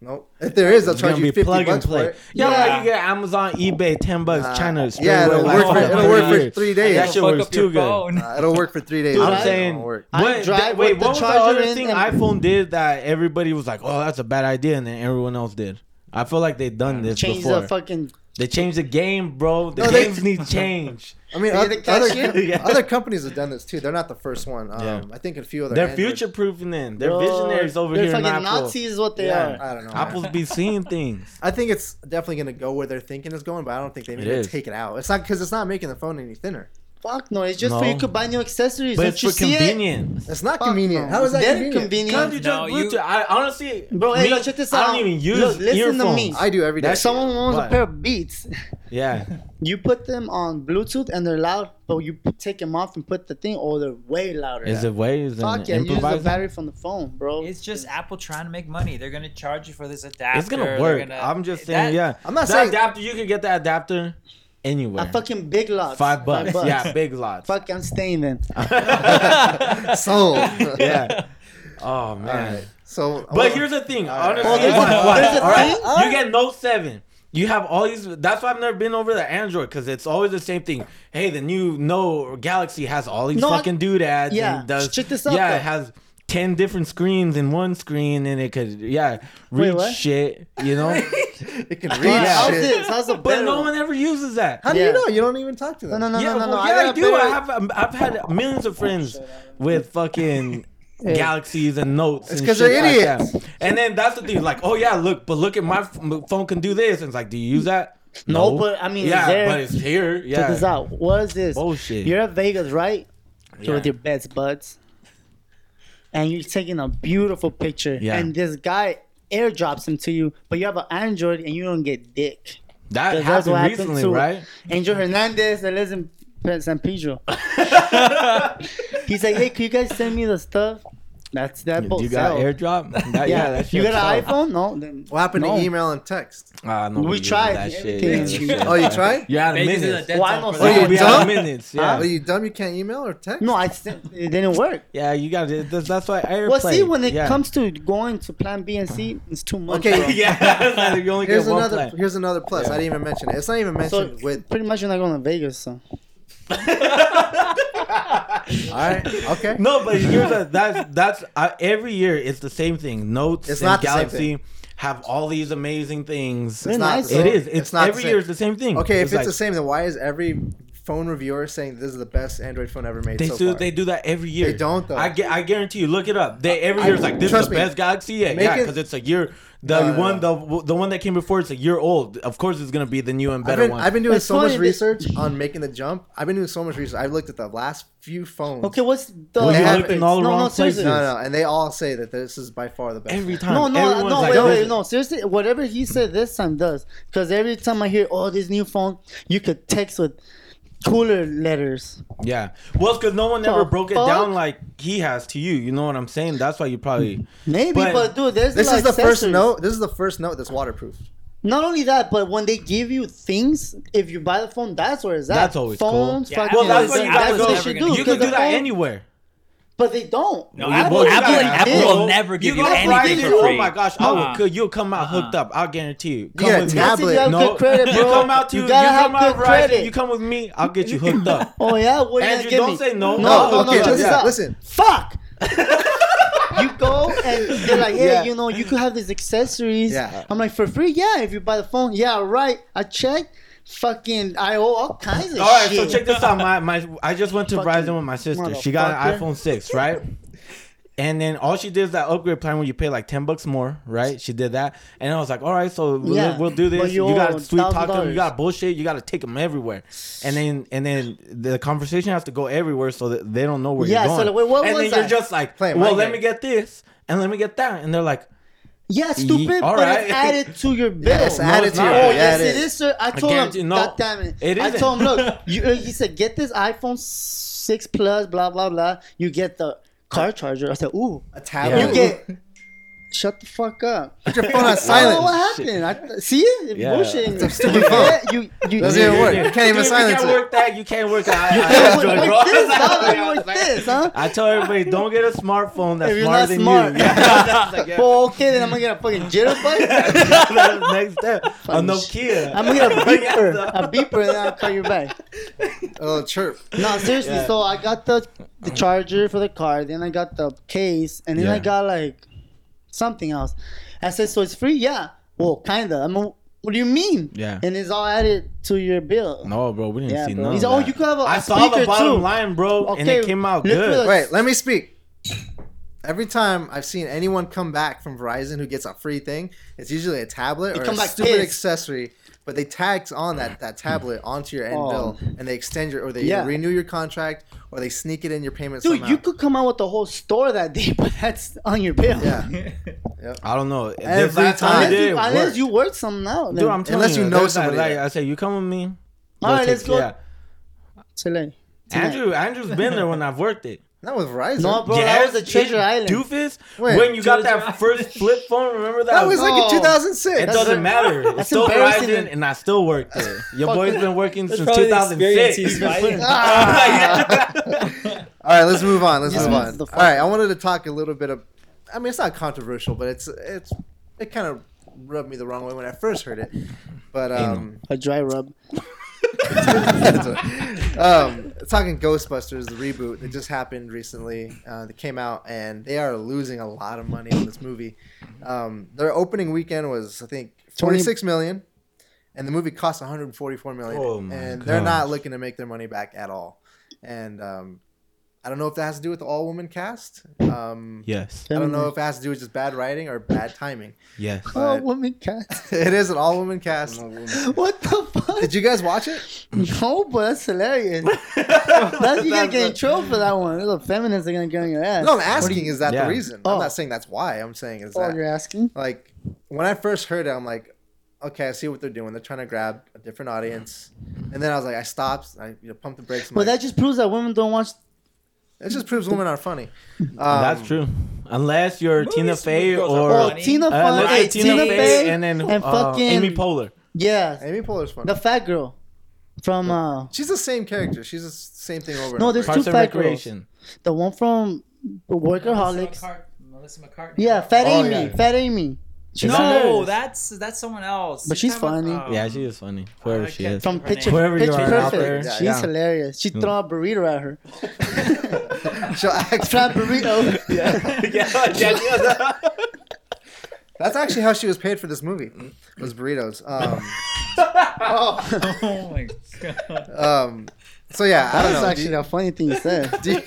D: no. If there is, they'll
A: It's
D: charge
A: gonna
D: you
A: be
D: fifty
A: plug and
D: bucks for
A: play.
D: it.
A: Yeah,
C: Yeah.
A: like you get Amazon, eBay, ten bucks,
D: Uh,
A: China.
D: yeah, it'll
A: straight
D: work for,
A: away,
D: it'll
A: like,
D: work for
A: years.
D: three days.
A: That shit
C: Fuck
A: works
C: up your
A: too good.
C: phone.
D: Uh, it'll work for three days.
B: Dude,
A: I'm
B: I-
A: saying,
D: Work.
B: I
A: what,
B: drive
A: that- wait,
B: with the
A: what was the
B: charger
A: other
B: in
A: thing
B: and-
A: iPhone did that everybody was like, oh, that's a bad idea, and then everyone else did? I feel like they've done this
B: Change
A: before.
B: the fucking.
A: they changed the game, bro. The
D: No, they-
A: games need change.
D: I mean,
B: Are you
D: other,
B: the cashier?
D: other,
A: Yeah.
D: other companies have done this too. They're not the first one. Um,
A: Yeah.
D: I think a few other.
A: They're
D: Android-
A: future proofing in. They're
B: Bro,
A: visionaries over
B: they're
A: here in
B: fucking
A: Apple.
B: Nazis, is what they
A: Yeah.
B: are.
D: I don't know. man.
A: Apple's be seeing things.
D: I think it's definitely going to go where they're thinking is going, but I don't think they need to
A: is.
D: take it out. It's not because it's not making the phone any thinner.
B: Fuck no! It's just for
A: No.
B: you could buy new accessories.
A: But
B: Don't
A: it's
B: you
A: for
B: see it?
A: convenience.
D: It's not
B: Fuck
D: convenient.
B: no.
D: How is that
B: Then
D: convenient?
A: Can't you
B: convenient?
A: just
C: No, you-
A: Bluetooth? I honestly,
B: Bro, hey,
A: me,
B: look, check this
A: I
B: out.
A: don't even use
B: Look, listen to
A: earphones.
B: me.
D: I do every day.
B: If someone owns
A: What?
B: a pair of Beats,
A: Yeah,
B: you put them on Bluetooth and they're loud, but you p- take them off and put the thing, oh, they're way louder.
A: is it waves and
B: Fuck yeah, use the
A: improvising?
B: battery from the phone, bro.
C: It's just Apple trying to make money. They're gonna charge you for this adapter.
A: It's gonna
C: They're
A: work.
C: gonna-
A: I'm just
C: that-
A: saying, yeah.
D: I'm not
A: the
D: saying-
A: adapter. You can get the adapter anywhere.
B: A fucking big lot.
A: five bucks. Yeah, big lots.
B: Fuck, I'm staying then.
D: Sold.
A: yeah. Oh man.
D: Alright. So,
A: But here's the thing. Honestly,
D: Oh, there's a-
A: watch, watch.
B: there's a
A: Alright,
B: thing?
A: you get Note Seven. You have all these. That's why I've never been over to Android because it's always the same thing. Hey, the new No Galaxy has all these
B: No, I-
A: fucking doodads.
B: Yeah,
A: and does,
B: check this out,
A: Yeah,
B: though.
A: it has ten different screens in one screen, and it could yeah
B: Wait,
A: reach
B: what?
A: shit. You know,
D: it can read
B: Yeah, how's
D: shit.
B: this? How's the
A: but
B: better
A: no
B: one?
A: one ever uses that.
D: How do
B: Yeah.
D: you know? You don't even talk to them.
B: No, no, no,
A: yeah,
B: no, no,
A: well,
B: no.
A: yeah, I,
B: got a
A: do.
B: better-
A: I have. um, I've had millions of friends with fucking galaxies and notes.
D: It's
A: and
D: 'cause they're
A: shit like
D: idiots.
A: that. and then that's the thing, like, oh yeah, look, but look at my f- m- phone can do this. And it's like, do you use that?
B: No, but, I mean, it's
A: Oh, yeah,
B: there.
A: but it's here. Yeah,
B: Check this out. What is this?
A: Bullshit.
B: You're at Vegas, right?
A: Yeah.
B: You're with your best buds, and you're taking a beautiful picture.
A: Yeah.
B: And this guy airdrops him to you, but you have an Android and you don't get dick.
A: that
B: Because that's what
A: happened
B: happened
A: recently,
B: to-
A: right?
B: Angel Hernandez that lives in Pe- San Pedro. He's like, hey, can you guys send me the stuff? That's that
A: Do
B: boat.
A: you got
B: sell.
A: AirDrop? That, yeah,
B: Yeah,
A: that
B: you
A: shit
B: got an
A: sucked.
B: iPhone? No. Then,
D: What happened
B: no.
D: to email and text?
A: Ah, no,
B: We
A: use
B: tried
A: that shit.
B: everything.
A: Yeah, that
D: Oh, you
A: shit.
D: tried? Oh,
A: You're out of
C: Vegas is a
A: minutes.
C: dead
B: Why
C: zone
B: not
C: for
B: say
C: that.
D: it?
A: You'll be out of
D: dumb?
A: minutes. Yeah,
D: Are you dumb? You can't email or text?
B: No, I sent, it didn't work.
A: yeah, you got it. That's, that's why AirPlay.
B: Well, see, when it
A: yeah.
B: comes to going to Plan B and C, it's too much.
D: Okay,
B: bro.
A: yeah, you only
D: Here's
A: get one
D: another.
A: plan.
D: Here's another plus. I didn't even mention it. It's not even mentioned
B: So-
D: with.
B: Pretty much, you're not going to Vegas, so.
D: All right. Okay.
A: No, but here's a, that's that's uh, every year it's the same thing. Notes
D: It's
A: and
D: not the same
A: Galaxy have all these amazing things.
B: They're
D: not the
B: nice.
D: same.
A: It is. It's,
D: It's not the
A: every
D: same.
A: year it's the same thing.
D: Okay, if it's
A: like,
D: the same, then why is every phone reviewer saying this is the best Android phone ever made
A: They
D: so
A: do.
D: far?
A: They do that every year.
D: They don't, though.
A: I, gu- I guarantee you. Look it up. They every year it's like this is
D: trust
A: the
D: me.
A: best Galaxy yet.
D: Make
A: yeah,
D: it-
A: because it's a year. The
D: No, no,
A: one the the one that came before it's a year old. Of course, it's gonna be the new and
D: I've
A: better
D: been,
A: one.
D: I've been doing
B: It's
D: so
B: funny
D: much
B: that-
D: research on making the jump. I've been doing so much research. I've looked at the last few phones.
B: Okay, what's the.
A: well, you
D: have-
A: looked in all the
B: no,
A: wrong
B: no,
A: places.
B: seriously.
D: No, no, and they all say that this is by far the best.
A: Every time.
B: No, no,
A: Everyone's
B: no,
A: like,
B: wait,
A: this
B: wait,
A: is-
B: no. Seriously, whatever he said this time does. Because every time I hear, oh, this new phone, you could text with cooler letters.
A: Yeah. Well, because no one ever
B: The
A: broke it
B: fuck?
A: down like he has to you. You know what I'm saying? That's why you probably.
B: Maybe,
A: But-
B: but, dude, there's
D: This
B: little
D: is the first
B: accessories.
D: note. This is the first note that's waterproof.
B: Not only that, but when they give you things, if you buy the phone, that's where it's at.
A: That's always cool.
B: Phones,
C: Yeah,
B: fucking-
A: Well, that's
C: Apple's-
A: what you gotta
B: that's
A: go.
B: what they
C: Apple's
B: should
C: never
B: do.
C: gonna-
A: You
B: because
A: can do
B: the
A: that
B: phone-
A: anywhere.
B: But they don't.
C: No,
A: You
C: Apple,
A: both
C: Apple,
A: got it.
C: Apple
B: Yeah.
C: will never give you,
A: go
C: anything
A: Friday,
C: for free.
A: Oh my gosh! I will,
C: Uh-uh.
A: could- you'll come out hooked
C: Uh-uh.
A: up. I'll guarantee you. Come
D: Yeah,
A: with me.
D: tab-
B: That's if you have
A: No,
B: good credit, bro.
A: you come out to you,
B: gotta have
A: come out
B: good
A: Verizon,
B: credit.
A: you come with me. I'll get you hooked up.
B: Oh yeah, what are you
A: Andrew,
B: gonna give
A: don't
B: me?
A: say no.
B: No,
A: No,
B: no, no.
A: okay,
B: check
A: just-
B: this out.
D: listen.
B: Fuck. you go and they're like, hey,
A: Yeah.
B: you know, you could have these accessories.
D: Yeah.
B: I'm like, for free? Yeah, if you buy the phone. Yeah, right. I checked. Fucking, I owe all kinds of
A: All right,
B: shit.
A: so check this out. My, my I just went to
B: Fucking
A: Verizon with my sister. She got an
B: motherfucker.
A: iPhone six, right? And then all she did is that upgrade plan where you pay like ten bucks more, right? She did that, and I was like, "All right, so we'll,
B: Yeah,
A: we'll do
B: but
A: this. You,
B: you
A: got
B: owe
A: to sweet talk them. You
B: $1,000.
A: got to bullshit. You got to take them everywhere, and then and then the conversation has to go everywhere so that they don't know where
B: Yeah,
A: you're
B: so
A: going.
B: like, wait, what
A: and
B: was
A: then
B: I?
A: you're just like,
D: Playing
A: "Well,
D: mind
A: let
D: game.
A: me get this and let me get that," and they're like,
B: yeah, stupid, but
A: alright.
B: it's added to your bill.
D: Yes,
A: no,
D: add it
A: it's
D: to your.
A: not.
B: Oh
A: Yeah,
B: yes,
D: it
B: it is, sir. I told
A: guarantee-
B: him.
A: no,
B: God damn it!
A: it
B: I
A: isn't.
B: told him, look, you, uh, he said, get this iPhone six plus, blah blah blah. You get the car charger. I said, ooh,
D: A tablet.
B: you get. Shut the fuck up.
D: Put your phone on
B: I don't know
D: silent.
B: what happened. I, see, You're
A: Yeah.
B: bullshitting me.
D: stupid
B: You
D: phone.
B: get- You you
D: Doesn't even
B: you-
D: work.
A: yeah.
D: You can't even
A: Dude,
D: silence
A: You
D: it.
A: can't work that. You can't work that. I- I
B: Like
A: enjoy, bro.
B: this,
A: That's what I
B: dog,
A: was
B: like
A: like.
B: this, huh?
A: I tell everybody, don't get a smartphone that's
B: If you're
A: smarter
B: not
A: than
B: smart,
A: you. Yeah. That's like, yeah.
B: well, okay, then I'm gonna get a fucking jitterbug.
A: That's the next step. A
B: Fucking
A: Nokia.
B: I'm gonna get a beeper,
A: Yeah.
B: a beeper, and then I'll call you back.
D: A little Oh, chirp.
B: No, seriously.
A: Yeah.
B: So I got the the charger for the car, then I got the case, and then
A: Yeah.
B: I got like something else. I said, so it's free? Yeah. Well, kinda. I'm. A, what do you mean?
A: Yeah.
B: And it's all added to your bill.
A: No, bro, we didn't
B: Yeah,
A: see
B: bro.
A: none.
B: He's-
A: of
B: oh,
A: that.
B: you could have a
A: I saw the
B: speaker,
A: bottom
B: too.
A: line, bro, and
B: Okay,
A: it came out
B: look for
A: good.
B: the-
D: Wait, let me speak. Every time I've seen anyone come back from Verizon who gets a free thing, it's usually a tablet or
B: come
D: a
B: back
D: stupid
B: pissed.
D: accessory. But they tax on that, that tablet onto your end
B: Oh.
D: bill, and they extend your or they
B: Yeah.
D: renew your contract or they sneak it in your payment
B: Dude,
D: somehow.
B: you could come out with the whole store that day, but that's on your bill.
D: yeah,
A: I don't know. This
D: Every
A: last
D: time.
A: I
B: Unless,
A: did, it
B: you, unless
A: worked.
B: you work something out.
A: Dude, I'm telling
D: Unless you know
A: there's that,
D: somebody
A: Like,
D: that-
A: I say, you come with me.
B: All
A: We'll
B: right, let's
A: take-
B: go.
A: yeah.
B: Chile. Tonight.
A: Andrew, Andrew's been there when I've worked it.
D: not with Verizon.
B: No, bro, that was a Treasure
A: it-
B: Island.
A: Doofus,
D: Wait,
A: when you got
C: Treasure
A: that
C: Island.
A: first flip phone, remember that?
D: that was like in
B: No.
D: 2006.
A: it doesn't matter. It's
B: that's
A: still
B: embarrassing.
A: Verizon, and I still work there. Your
B: Fuck
A: boy's
B: that.
A: been working since
C: probably the
A: 2006.
C: experience
A: He's
C: he's
A: been
C: fighting.
A: putting-
B: Ah.
D: All right, let's move on. Let's
B: Yeah.
D: move on.
B: The
D: All
B: fuck-
D: right, I wanted to talk a little bit of. I mean, it's not controversial, but it's it's it kind of rubbed me the wrong way when I first heard it. But um,
B: a dry rub.
D: um, talking Ghostbusters, the reboot that just happened recently, uh, that came out, and they are losing a lot of money on this movie. Um, their opening weekend was, I think,
B: Twenty-
D: forty-six million, and the movie cost 144 million,
A: Oh my
D: and they're
A: gosh.
D: not looking to make their money back at all. And um, I don't know if that has to do with the all woman cast. Um,
A: Yes.
D: I don't know if it has to do with just bad writing or bad timing.
A: Yes.
B: Oh,
D: But
B: woman cast.
D: it is an all woman cast.
B: What the fuck?
D: Did you guys watch it?
B: No, but that's hilarious. That's, you gotta get in trouble for that one. The feminists are gonna get on your ass.
D: No, I'm asking. Is that
A: Yeah.
D: the reason?
B: Oh.
D: I'm not saying that's why. I'm saying is
B: Oh,
D: that
B: you're asking?
D: like when I first heard it, I'm like, okay, I see what they're doing. They're trying to grab a different audience. And then I was like, I stopped. I you know, pumped the brakes. I'm
B: Well,
D: like,
B: that just proves that women don't watch.
D: it just proves women are funny. Um,
A: That's true. Unless you're
C: Movies
A: Tina
C: with
A: Fey
C: girls
A: or
C: are
B: Oh,
C: funny.
B: Tina
A: Uh,
B: Fey,
A: unless
B: hey,
A: you're Tina Fey and then
B: and
A: uh,
B: fucking
A: Amy Poehler.
B: yeah,
D: Amy Poehler's funny.
B: the fat girl from uh,
D: She's the same character. She's the same thing over.
B: No,
D: and
B: there's
D: over.
B: two
A: Parks and
B: fat girls.
A: Recreation.
B: the one from Workaholics.
C: Melissa, McCart- Melissa McCartney.
B: Yeah, Fat
A: Oh,
B: Amy,
A: yeah.
B: Fat Amy. She's
C: No,
B: hilarious.
C: that's that's someone else.
B: But
C: You're
B: she's
C: talking about- um,
B: funny.
A: Yeah, she is funny. Whoever she
C: can't
A: is.
B: from
C: Her name.
B: Picture,
A: Whoever you
B: picture
A: are
D: out
B: Perfect.
D: there, yeah,
B: She's
A: yeah.
B: hilarious.
A: Mm.
B: She threw a burrito at her.
D: She'll act-
B: Flat burrito.
D: That's actually how she was paid for this movie. Was burritos. Um,
C: oh my god.
D: um, so yeah, I
B: That
D: don't
B: was
D: know.
B: actually a funny thing you said.
D: do, you,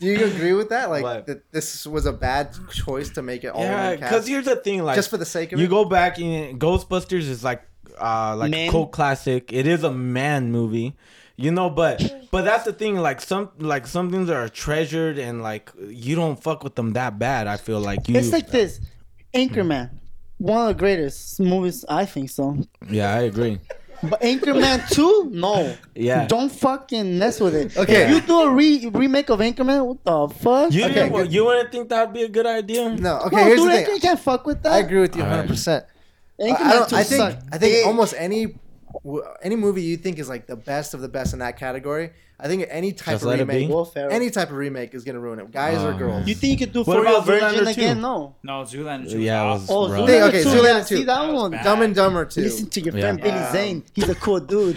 D: do you agree with that? Like
A: What?
D: that this was a bad choice to make it all
A: Yeah,
D: women
A: because
D: cast
A: here's the thing, like
D: just for the sake of
A: you
D: it.
A: go back in Ghostbusters is like uh like
B: Men.
A: a cult classic. It is a man movie. You know, but but that's the thing, like some like some things are treasured and like you don't fuck with them that bad, I feel like you
B: It's like this Anchorman. One of the greatest movies, I think so.
A: Yeah, I agree.
B: But Anchorman 2? No.
A: Yeah.
B: Don't fucking mess with it.
D: Okay.
B: You do a re- remake of Anchorman? What the fuck?
A: You
D: Okay,
A: didn't,
D: good.
A: you wouldn't think that'd be a good idea?
D: no, okay.
B: no,
D: here's
B: dude,
D: the
B: Anchorman
D: thing.
B: can't fuck with that.
D: I agree with you
A: All right.
D: 100. percent
B: Anchorman
D: I, don't,
B: 2
D: I think
B: sucked
D: I think
B: dick.
D: almost any w- any movie you think is like the best of the best in that category. I think any type
A: Just
D: of
A: Let It
D: remake,
A: Be?
B: Will Ferrell.
D: any type of remake is gonna ruin it, guys or
A: Oh,
D: girls.
A: man.
B: You think you could do
A: What
B: For Real
A: about Zoolander
B: Virgin
A: 2?
B: again? No.
C: No, Zoolander. Two
A: Yeah, it
C: was
A: was
B: Oh,
A: rough.
B: Zoolander
D: Okay,
B: 2.
D: Zoolander
B: yeah,
D: 2.
B: See that
C: That was
B: one?
C: bad.
D: Dumb and Dumber too.
B: Listen to your
A: Yeah.
B: friend Billy
D: Um,
B: Zane. He's a cool dude.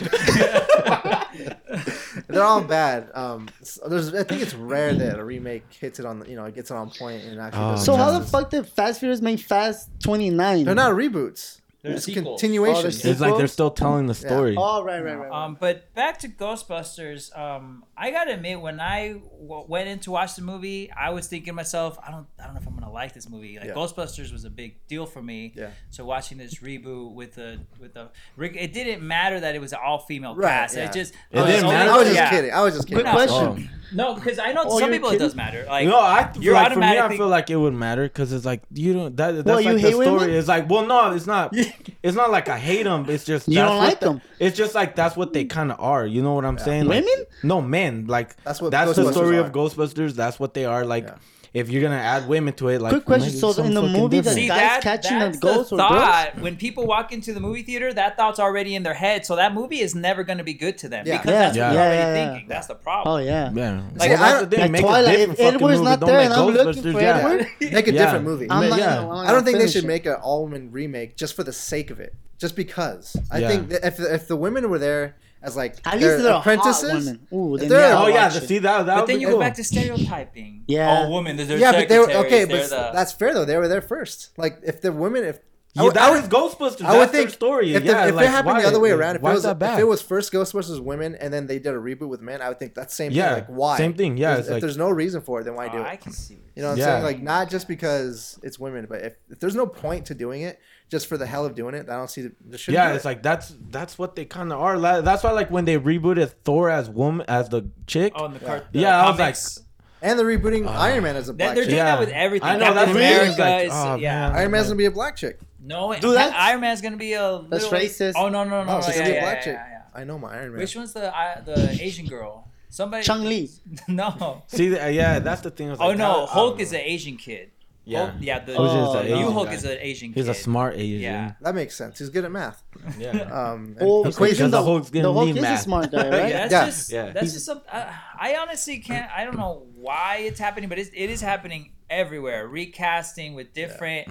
D: They're all bad. Um, s- there's I think it's rare that a remake hits it on the- you know it gets it on point and actually.
A: Oh,
D: does
B: so
D: it
B: how the
D: justice.
B: fuck did Fast Furious make Fast 29?
D: They're not reboots.
C: They're
D: it's
C: sequels.
B: Oh, they're
D: continuations.
B: sequels.
A: It's like they're still telling the story.
B: Oh, right, right, right. right.
C: Um, but back to Ghostbusters. Um, I gotta admit, when I w- went in to watch the movie, I was thinking to myself, I don't, I don't know if I'm gonna like this movie. Like
D: Yeah.
C: Ghostbusters was a big deal for me.
D: Yeah.
C: So watching this reboot with the with the Rick, it didn't matter that it was an all female
D: Right,
C: cast.
D: yeah.
C: It just
A: It didn't
C: only-
A: matter?
D: I was just
C: Oh, yeah.
D: kidding. I was just
B: Quick
D: kidding.
C: no.
A: Oh.
B: question.
C: No, because I know
B: Oh,
C: some
B: you're
C: people it
B: kidding?
C: does matter. Like
A: no, I
C: you're
A: like for me, I
C: automatically-
A: feel like it would matter because it's like you don't. That, that's
B: Well,
A: like
B: you
A: the
B: hate women?
A: story. It's like, well, no, it's not. it's not like I hate them. It's just
B: You
A: that's
B: don't
A: what
B: like
A: the-
B: 'em.
A: It's just like that's what they kind of are. You know what I'm saying? Like,
B: Women?
A: No, men. Like
D: That's what
A: That's the
D: Ghostbusters
A: story
D: are.
A: of Ghostbusters. That's what they are. Like,
D: Yeah.
A: if you're gonna add women to it, like
B: Quick question,
A: make it
B: so in
A: something
B: the
A: fucking
B: movie, the
A: different.
C: See,
B: guys
C: that,
B: catching
C: that's
B: the ghosts
C: the
B: or
C: thought. When people walk into the movie theater, that thought's already in their head. So that movie is never going to be good to them
D: Yeah.
C: because
B: Yeah.
C: that's what
A: Yeah.
C: they're already
B: Yeah, yeah, yeah.
C: thinking. That's the problem.
B: Oh yeah.
A: yeah,
D: Like,
A: like, well,
D: I
A: that's the thing.
B: Like
A: make
B: Twilight,
A: a
B: if
A: different fucking
B: Edward's
A: movie.
B: not
A: Don't
B: there
A: make
B: and I'm looking
A: Ghostbusters.
B: for
A: yeah.
B: Edward,
D: Make a
A: Yeah.
D: different movie.
B: I'm not,
A: Yeah.
B: I'm not
D: I don't think they
B: finish
D: should
B: it.
D: make an all woman remake just for the sake of it, just because. I
A: Yeah.
D: think that if if the women were there as like
B: At
D: their
B: least they're
D: apprentices,
B: apprentices. Hot women. Ooh,
D: If
B: then
D: they're-
B: yeah, I'll
A: Oh yeah,
B: watch
A: to
B: it.
A: see that. that
C: but
A: would
C: then
A: be
C: you
A: cool.
C: go back to stereotyping.
B: Yeah.
C: Oh, women. They're, they
D: yeah, but they were okay. But
C: They're
D: s-
C: the,
D: that's fair though. They were there first. Like if the women, if
A: Yeah, that was Ghostbusters.
D: I would
A: That's their
D: think
A: story.
D: If, the-
A: yeah,
D: if
A: like,
D: it happened
A: why-
D: the other way around, if it
A: why
D: was
A: is that bad?
D: if it was first Ghostbusters women and then they did a reboot with men, I would think that's same
A: Yeah,
D: thing. Like why?
A: same thing, yeah,
D: There's-
A: it's
D: if
A: like-
D: there's no reason for it, then why
C: Oh,
D: do
C: I
D: it?
C: can see.
D: You know what I'm
A: Yeah.
D: saying? Like not just because it's women, but if, if there's no point to doing it just for the hell of doing it, I don't see the, the shouldn't
A: Yeah,
D: do
A: it's
D: it.
A: like that's that's what they kind of are. La- That's why like when they rebooted Thor as woman as the chick.
C: Oh, in the cart.
A: Yeah, I was
C: comics.
D: and they're rebooting
A: uh,
D: Iron Man as a
C: That-
D: black
C: they're
D: chick.
C: doing
A: Yeah.
C: that with everything.
A: I know,
C: Captain
A: that's
C: America.
A: really like,
C: is,
A: oh,
C: yeah.
A: man.
D: Iron Man's gonna be a black chick.
C: No,
B: Dude, that's-
C: Iron Man's gonna be a.
B: That's
C: little-
B: racist.
C: Oh no no no!
D: Oh,
C: no,
D: she's
C: yeah,
D: gonna be a
C: yeah,
D: black
C: yeah,
D: chick.
C: yeah, yeah.
D: I know my Iron Man.
C: Which one's the I the Asian girl? Somebody.
B: Chung Li.
C: No.
A: See, th- uh, yeah, that's the thing. I was
C: Oh
A: like, um,
C: no,
A: how-
C: Hulk is an Asian kid.
A: Yeah. uh,
C: Hulk, yeah. The,
B: Who's just
C: the
B: an
C: new
B: Asian
C: Hulk
D: guy.
C: is an Asian
A: He's
C: kid.
A: a smart Asian.
C: Yeah.
A: Yeah.
D: That makes sense. He's good at math.
A: Yeah.
D: Um, and
B: Oh,
A: Equation
B: so isn't
A: of
D: equations.
A: the
B: the
A: Hulk's gonna
B: the Hulk
A: need
B: is a
A: math.
B: smart guy,
C: Yeah,
B: right?
C: that's
D: Yeah.
C: just
A: Yeah.
C: that's just some. Uh, I honestly can't. I don't know why it's happening, but it's, it is happening everywhere. Recasting with different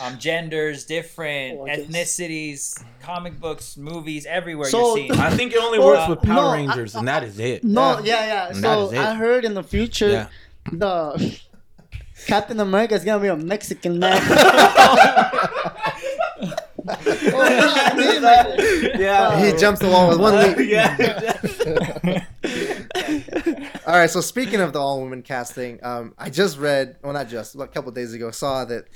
C: um, genders, different
B: Oh, I guess.
C: ethnicities, comic books, movies, everywhere
B: So-
C: you're seeing.
A: I think it only
B: Well,
A: works with Power
B: no, I-
A: Rangers, and that is it.
B: No, yeah, yeah.
A: And that
B: So
A: is it.
B: I heard in the future
A: Yeah.
B: the Captain America is gonna be a Mexican man. Oh, man, man. uh,
A: yeah.
C: uh,
D: He jumps the wall with one leap.
A: yeah.
D: All right. So speaking of the all woman casting, um, I just read, well, not just a couple days ago, saw that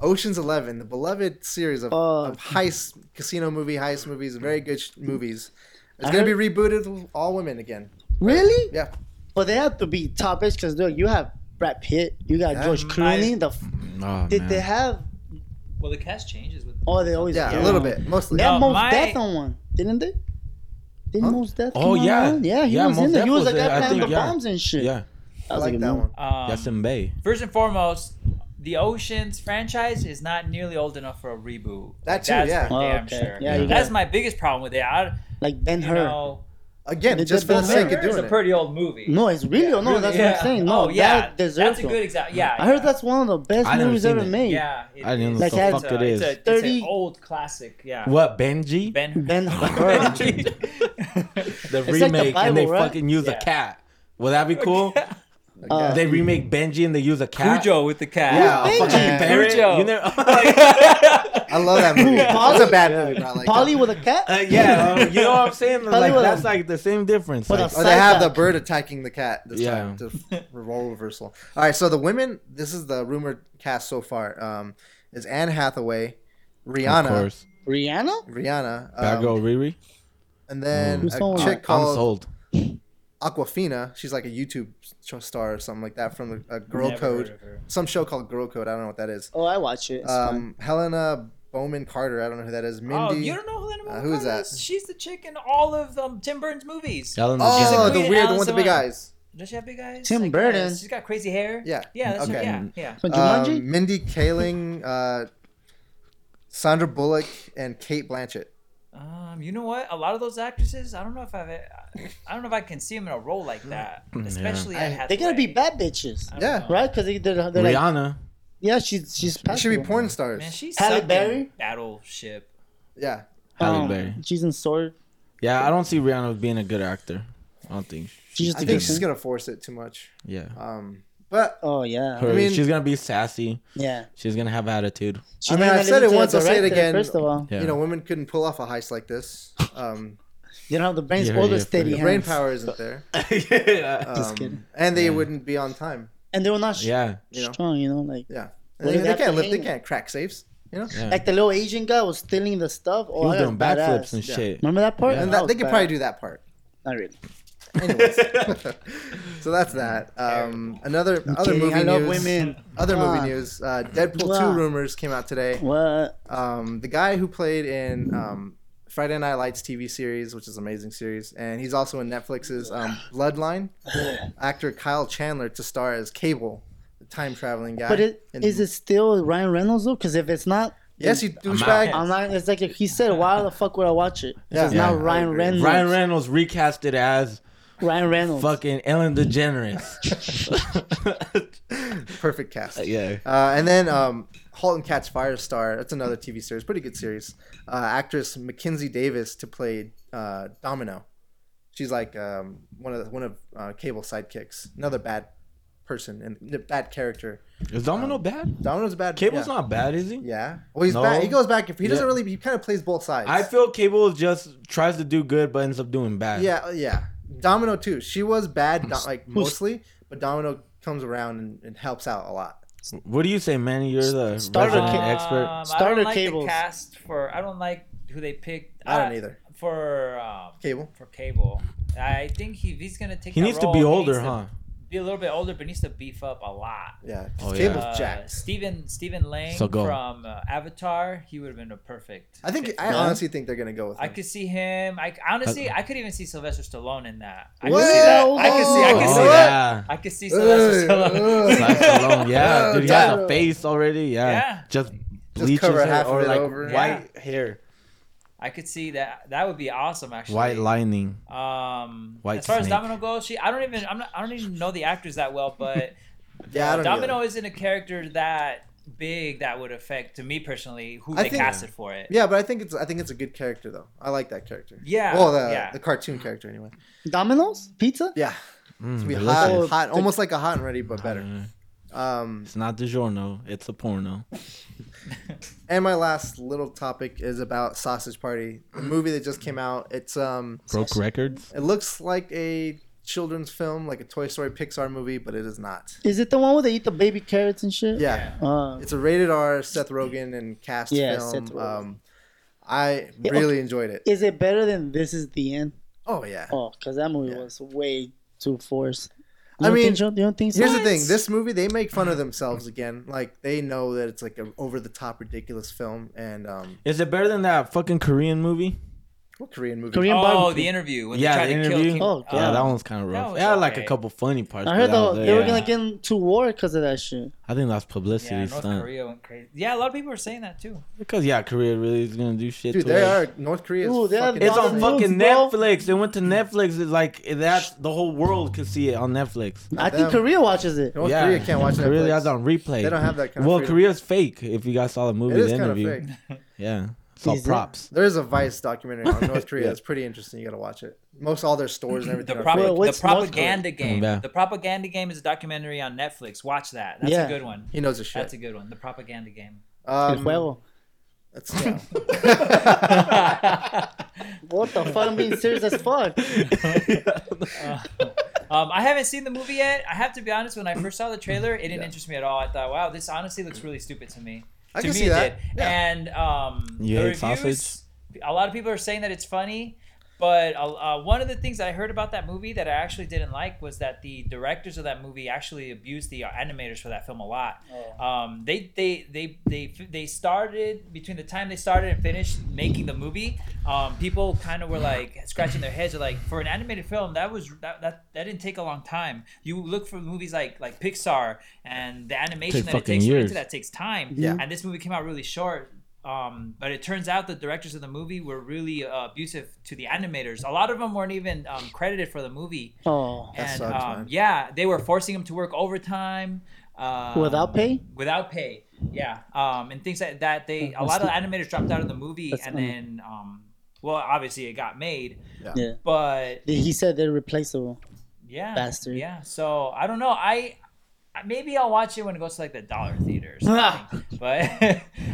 D: Ocean's Eleven, the beloved series of,
B: Oh.
D: of heist casino movie heist movies, very good sh- movies, is
B: I
D: going to be rebooted with all women again.
B: Really?
D: Yeah.
B: But they have to be top edge because look, you have Brad Pitt, you got
D: Yeah.
B: George Clooney. The f-
A: Oh,
B: did
A: man.
B: they have?
C: Well, the cast changes with.
B: Oh, they always
D: Yeah,
B: have
D: a little
B: one.
D: bit, mostly.
B: They had
C: No,
B: Mos
C: my-
B: Def on one, didn't they? Didn't
D: Huh?
B: Mos Def?
A: Oh,
B: come on
A: yeah.
B: one? yeah, he
A: Yeah,
B: was
A: Mos
B: in there.
A: Def
B: He was
A: was
B: the
A: there. I
B: guy planting the
A: think, yeah.
B: bombs and shit.
A: Yeah,
D: I
B: was
D: like
B: a
D: that
B: movie.
D: one.
C: Um,
A: that's in Bay.
C: First and foremost, the Oceans franchise is not nearly old enough for a reboot.
D: That too,
C: That's
D: yeah.
C: for
B: Oh,
C: damn
B: okay.
C: sure.
B: Yeah,
A: you
C: That's
B: got-
C: my biggest problem with it. I,
B: Like Ben
C: you
B: Hur.
C: know,
D: Again,
B: They
D: just
B: did
D: for
B: Ben
D: the
B: Hur.
D: sake of
C: it's
D: doing
C: a
D: it.
C: pretty old movie.
B: No, it's really old. No,
C: Really,
B: that's what
C: yeah.
B: I'm saying. No,
C: oh, yeah.
B: that deserves
C: That's a good example. Yeah,
B: I heard
C: yeah.
B: that's one of the best
A: I never
B: movies
A: seen
B: ever
A: it.
B: made.
C: Yeah, it
A: I didn't
C: is.
A: know
B: Like,
A: the
B: that's-
A: fuck it
C: It's, a,
A: is.
C: it's
B: 30
C: an old classic. Yeah.
A: What Benji?
C: Ben.
B: Ben Hur.
C: Benji.
A: the
B: It's like the
A: remake and they
B: Bible, right?
A: fucking use
C: Yeah.
A: a cat. Would that be cool?
B: Uh,
A: they remake Benji and they use a cat.
C: Cujo with the cat.
D: Yeah, a
B: Benji?
D: fucking
B: Yeah.
D: bear.
A: Parrot?
C: Cujo.
A: You never-
D: I love that movie. It was a bad movie, but I like
B: Polly
D: it.
B: with a cat.
A: Uh, yeah, um, you know what I'm saying? Like
B: Hollywood.
A: that's like the same difference.
B: But
A: Like,
B: a
D: Or Oh, they have the
B: Psyduck.
D: bird attacking the cat this
A: Yeah.
D: time. The f- role reversal. All right, so the women. This is the rumored cast so far. Um, is Anne Hathaway,
A: of
D: Rihanna,
A: course,
B: Rihanna.
D: Rihanna,
A: Bad Girl
D: um,
A: Riri.
D: and then
B: Who's
D: a
B: someone-
A: I'm
D: chick called
A: sold.
D: Aquafina. She's like a YouTube sh- star or something like that from the- a Girl
C: Never heard
D: Code,
C: of her.
D: some show called Girl Code. I don't know what that is.
B: Oh, I watch it. It's fine.
D: Um, Helena Bowman Carter. I don't know who that is.
C: Oh,
D: Mindy.
C: you don't know who that
D: Uh, who is that?
C: is? She's the chick in all of um, Tim Burton's movies.
A: Ellen
C: She's a
D: Oh, the
C: queen,
D: weird one
C: Alice
D: with the big
C: Owen.
D: eyes.
C: Does she have big eyes?
B: Tim
C: I guess.
B: Burton.
C: She's got crazy hair.
D: Yeah.
C: Yeah. That's
D: Okay.
C: Yeah. Yeah.
B: From Jumanji.
D: Um, Mindy Kaling, uh, Sandra Bullock, and Kate Blanchett.
C: Um, you know what? A lot of those actresses, I don't know if I've, e, I don't know if I can see them in a role like that,
A: Mm,
C: especially.
D: I-
C: at
B: they gotta be
C: Hathaway.
B: bad bitches,
C: I don't
D: Yeah.
C: know.
B: right? Because they, they're, they're like,
A: Rihanna.
B: yeah, she's she's.
D: They should be
B: passable.
D: porn stars.
C: Man, she's
B: Halle
C: Halle
B: Berry?
C: Berry Battleship.
D: Yeah.
A: Halle
B: Um,
A: Berry.
B: She's in Sword.
A: Yeah, I don't see Rihanna as being a good actor. I don't think.
B: She's just
D: I
B: a
D: think
B: good.
D: she's gonna force it too much.
A: Yeah.
D: Um, but
B: Oh yeah,
A: Her,
D: I mean-
A: she's gonna be sassy.
B: yeah.
A: She's gonna have attitude.
B: She
D: I mean,
B: didn't
D: I
B: even
D: said
B: listen
D: it
B: to the
D: once, I'll say it
B: director,
D: again.
B: First of all,
A: Yeah.
D: you know, women couldn't pull off a heist like this. Um,
B: you don't have the brains
A: Yeah,
B: or the
A: yeah,
B: steady
A: fair.
B: hands.
D: brain power isn't there.
A: yeah.
B: Just
D: Um,
B: kidding.
D: and they wouldn't be on time.
B: and they were not
A: Yeah.
D: You know.
B: strong. You know, like
D: Yeah. And
B: Well,
D: they,
B: they'd
D: they
B: have to
D: can't lift. They
B: hang-
D: can't crack safes. You know.
A: Yeah.
B: like the little Asian guy was stealing the stuff.
A: He
B: Oh,
A: was
B: that
A: doing
B: was
A: backflips and
B: badass.
A: shit.
B: Remember that part?
D: And
B: That
D: that,
B: was
D: they could
B: badass.
D: probably do that part.
B: Not really.
D: Anyways. so that's that. Um, another other
B: kidding,
D: movie
B: I love
D: news.
B: women.
D: Other
B: Ah.
D: movie news. Uh, Deadpool
B: Ah.
D: two rumors came out today.
B: What?
D: um, the guy who played in um, Friday Night Lights TV series, which is an amazing series, and he's also in Netflix's um, Bloodline. actor Kyle Chandler to star as Cable, the time traveling guy.
B: But it,
D: And-
B: is it still Ryan Reynolds though? Because if it's not,
D: Yes, you
A: out.
D: douchebag.
B: I'm not. It's like if he said, "Why the fuck would I watch it?"
D: Yeah.
B: It's
A: Yeah,
B: not
A: I
B: Ryan
D: agree.
B: Reynolds.
A: Ryan Reynolds recasted as
B: Ryan Reynolds.
A: fucking Ellen DeGeneres.
D: Perfect cast.
A: yeah.
D: Uh, and then um, *Halt and Catch Fire* star. That's another TV series, pretty good series. Uh, actress Mackenzie Davis to play uh, Domino. She's like um, one of the, one of uh, Cable's sidekicks. Another bad person and a bad character.
A: Is Domino bad?
D: Domino's a bad.
A: Cable's
D: yeah.
A: not bad, is he?
D: Yeah. Well, he's
A: No.
D: back. He goes back. If he doesn't
A: Yeah.
D: really, he kind of plays both sides.
A: I feel Cable just tries to do good but ends up doing bad.
D: Yeah, yeah. Domino too. She was bad, do- like
B: who's-
D: mostly, but Domino comes around and, and helps out a lot.
A: What do you say, man? You're the
B: Starter
A: resident
B: ca-
A: expert.
C: Um, I
B: Starter
C: don't like
B: cables.
C: the cast for. I don't like who they picked.
D: I don't
C: uh,
D: either.
C: For um,
D: Cable.
C: for cable, I think he, if he's gonna take.
A: He
C: that
A: needs to
C: role,
A: be
C: he
A: older,
C: needs to
A: huh?
C: Be a little bit older, but needs to beef up a lot.
D: Yeah,
A: Oh, yeah.
D: Cable's
C: Uh,
D: jacked.
C: Stephen Stephen Lang
A: So go.
C: from uh, Avatar, he would have been a perfect.
D: I think
C: fit
D: I
B: Yeah.
D: honestly think they're gonna go with.
C: I
D: Him.
C: could see him. I honestly, I could even see Sylvester Stallone in that. I
D: What?
C: could see that. I could see. I could
A: Oh,
C: see that.
A: yeah.
C: I could see Sylvester
D: Hey,
A: Sylvester
C: Stallone.
A: Stallone, yeah, dude, he has a
D: Yeah.
A: face already. Yeah,
C: Yeah.
A: just
D: Just
A: bleaches
D: cover
A: it
D: half of
A: or
D: it
A: like
D: over.
A: white hair,
C: I could see that. That would be awesome, actually.
A: white lining.
C: Um,
A: White
C: as far as
A: snake.
C: Domino goes, she I don't even I'm not, I don't even know the actors that well, but
D: yeah, I don't
C: Domino
D: Domino.
C: isn't a character that big that would affect to me personally who
D: I
C: they
D: think-
C: casted for it.
D: Yeah, but I think it's I think it's a good character though. I like that character.
C: Yeah,
D: Well, the
C: yeah.
D: the cartoon character anyway.
B: Domino's pizza.
D: Yeah,
A: Mm,
D: it's gonna be hot,
A: delicious.
D: hot, almost like a hot and ready, but better.
A: Mm,
D: Um,
A: It's not the giorno, it's a porno.
D: and my last little topic is about Sausage Party, the movie that just came out. It's um,
A: Broke records.
D: It looks like a children's film, like a Toy Story Pixar movie, but it is not.
B: Is it the one where they eat the baby carrots and shit?
D: Yeah,
B: Uh,
D: it's a rated R Seth Rogen and cast
B: Yeah,
D: film.
B: Seth Rogen.
D: Um, I
B: Yeah,
D: really enjoyed it.
B: is it better than This Is the End?
D: Oh yeah.
B: Oh, because that movie
D: Yeah.
B: was way too forced.
D: I
B: You don't
D: mean,
B: think so? you don't think so?
D: Here's the thing: this movie, they make fun of themselves again. Like they know that it's like an over the top, ridiculous film, and um,
A: Is it better than that fucking Korean movie?
D: what Korean movie?
B: Korean
C: Oh,
B: barbecue.
C: the interview. When
A: yeah, the
C: they tried to
A: interview.
C: Kill Kim.
B: Oh,
A: yeah,
B: God.
A: that one's kind of rough.
C: was
A: It had like a
C: alright.
A: couple funny parts.
B: I
A: but
B: heard
A: that
B: though
A: was it.
B: they were
A: Yeah.
B: gonna get into war because of that shit.
A: I think that's publicity
C: Yeah, North
A: stunt.
C: Korea went crazy. Yeah, a lot of people are saying that too.
A: Because yeah, Korea really is gonna do shit.
D: Dude,
A: to it.
D: they are North Korea. Is
B: Ooh, they are
D: fucking
A: It's
B: It's
A: on
B: on the news,
A: fucking
B: bro.
A: Netflix. It went to Netflix. It's like that's the whole world could see it on Netflix.
B: I think
D: Them.
B: Korea watches it.
D: North Korea can't watch
A: Korea
D: Netflix.
A: that's on replay.
D: They don't have that kind of
A: Well,
D: freedom.
A: Korea's fake. If you guys saw the movie,
D: It is
A: the
D: kind of
A: interview,
D: fake.
A: yeah, it's all
B: Is it?
A: props.
D: There is a Vice documentary on North Korea.
A: Yeah.
D: It's pretty interesting. You gotta watch it. Most all their stores and everything.
C: The,
D: are
C: prop-
B: Well,
D: fake.
C: the
B: what's North
C: propaganda game.
A: Yeah.
C: The propaganda game is a documentary on Netflix. Watch that. That's
B: Yeah.
C: a good one.
D: He knows his shit.
C: That's a good one. The propaganda game.
B: El
D: Um,
B: juego.
D: that's- yeah.
B: What the fuck? I'm being serious as fuck.
C: Um, I haven't seen the movie yet. I have to be honest. When I first saw the trailer, it didn't interest me at all. I thought, wow, this honestly looks really stupid to me.
D: I
C: to
D: can
C: me,
D: see
C: it
D: that.
C: did.
D: Yeah.
C: And um,
A: You
C: the
A: hate
C: reviews.
A: sausage?
C: A lot of people are saying that it's funny, but uh, uh, one of the things that I heard about that movie that I actually didn't like was that the directors of that movie actually abused the uh, animators for that film a lot. Um, they, they they they they started between the time they started and finished making the movie. Um, people kind of were like scratching their heads, like for an animated film that was that, that that didn't take a long time. You look for movies like like Pixar and the animation
A: Take
C: that it
A: fucking
C: takes to get
A: years.
C: to that takes time.
D: Yeah.
C: And this movie came out really short. Um, but it turns out the directors of the movie were really uh, abusive to the animators. A lot of them weren't even um, credited for the movie.
B: Oh,
D: That
C: and
D: sucks,
C: um,
D: man.
C: yeah, they were forcing them to work overtime. Um,
B: without pay?
C: Without pay, yeah, um, and things like that. They a lot of the animators dropped out of the movie,
B: That's
C: and
B: un-
C: then, um, well, obviously it got made,
B: Yeah.
C: but
B: He said they're replaceable.
C: yeah,
B: Bastard.
C: yeah. So I don't know. I maybe I'll watch it when it goes to like the dollar theater, or something. but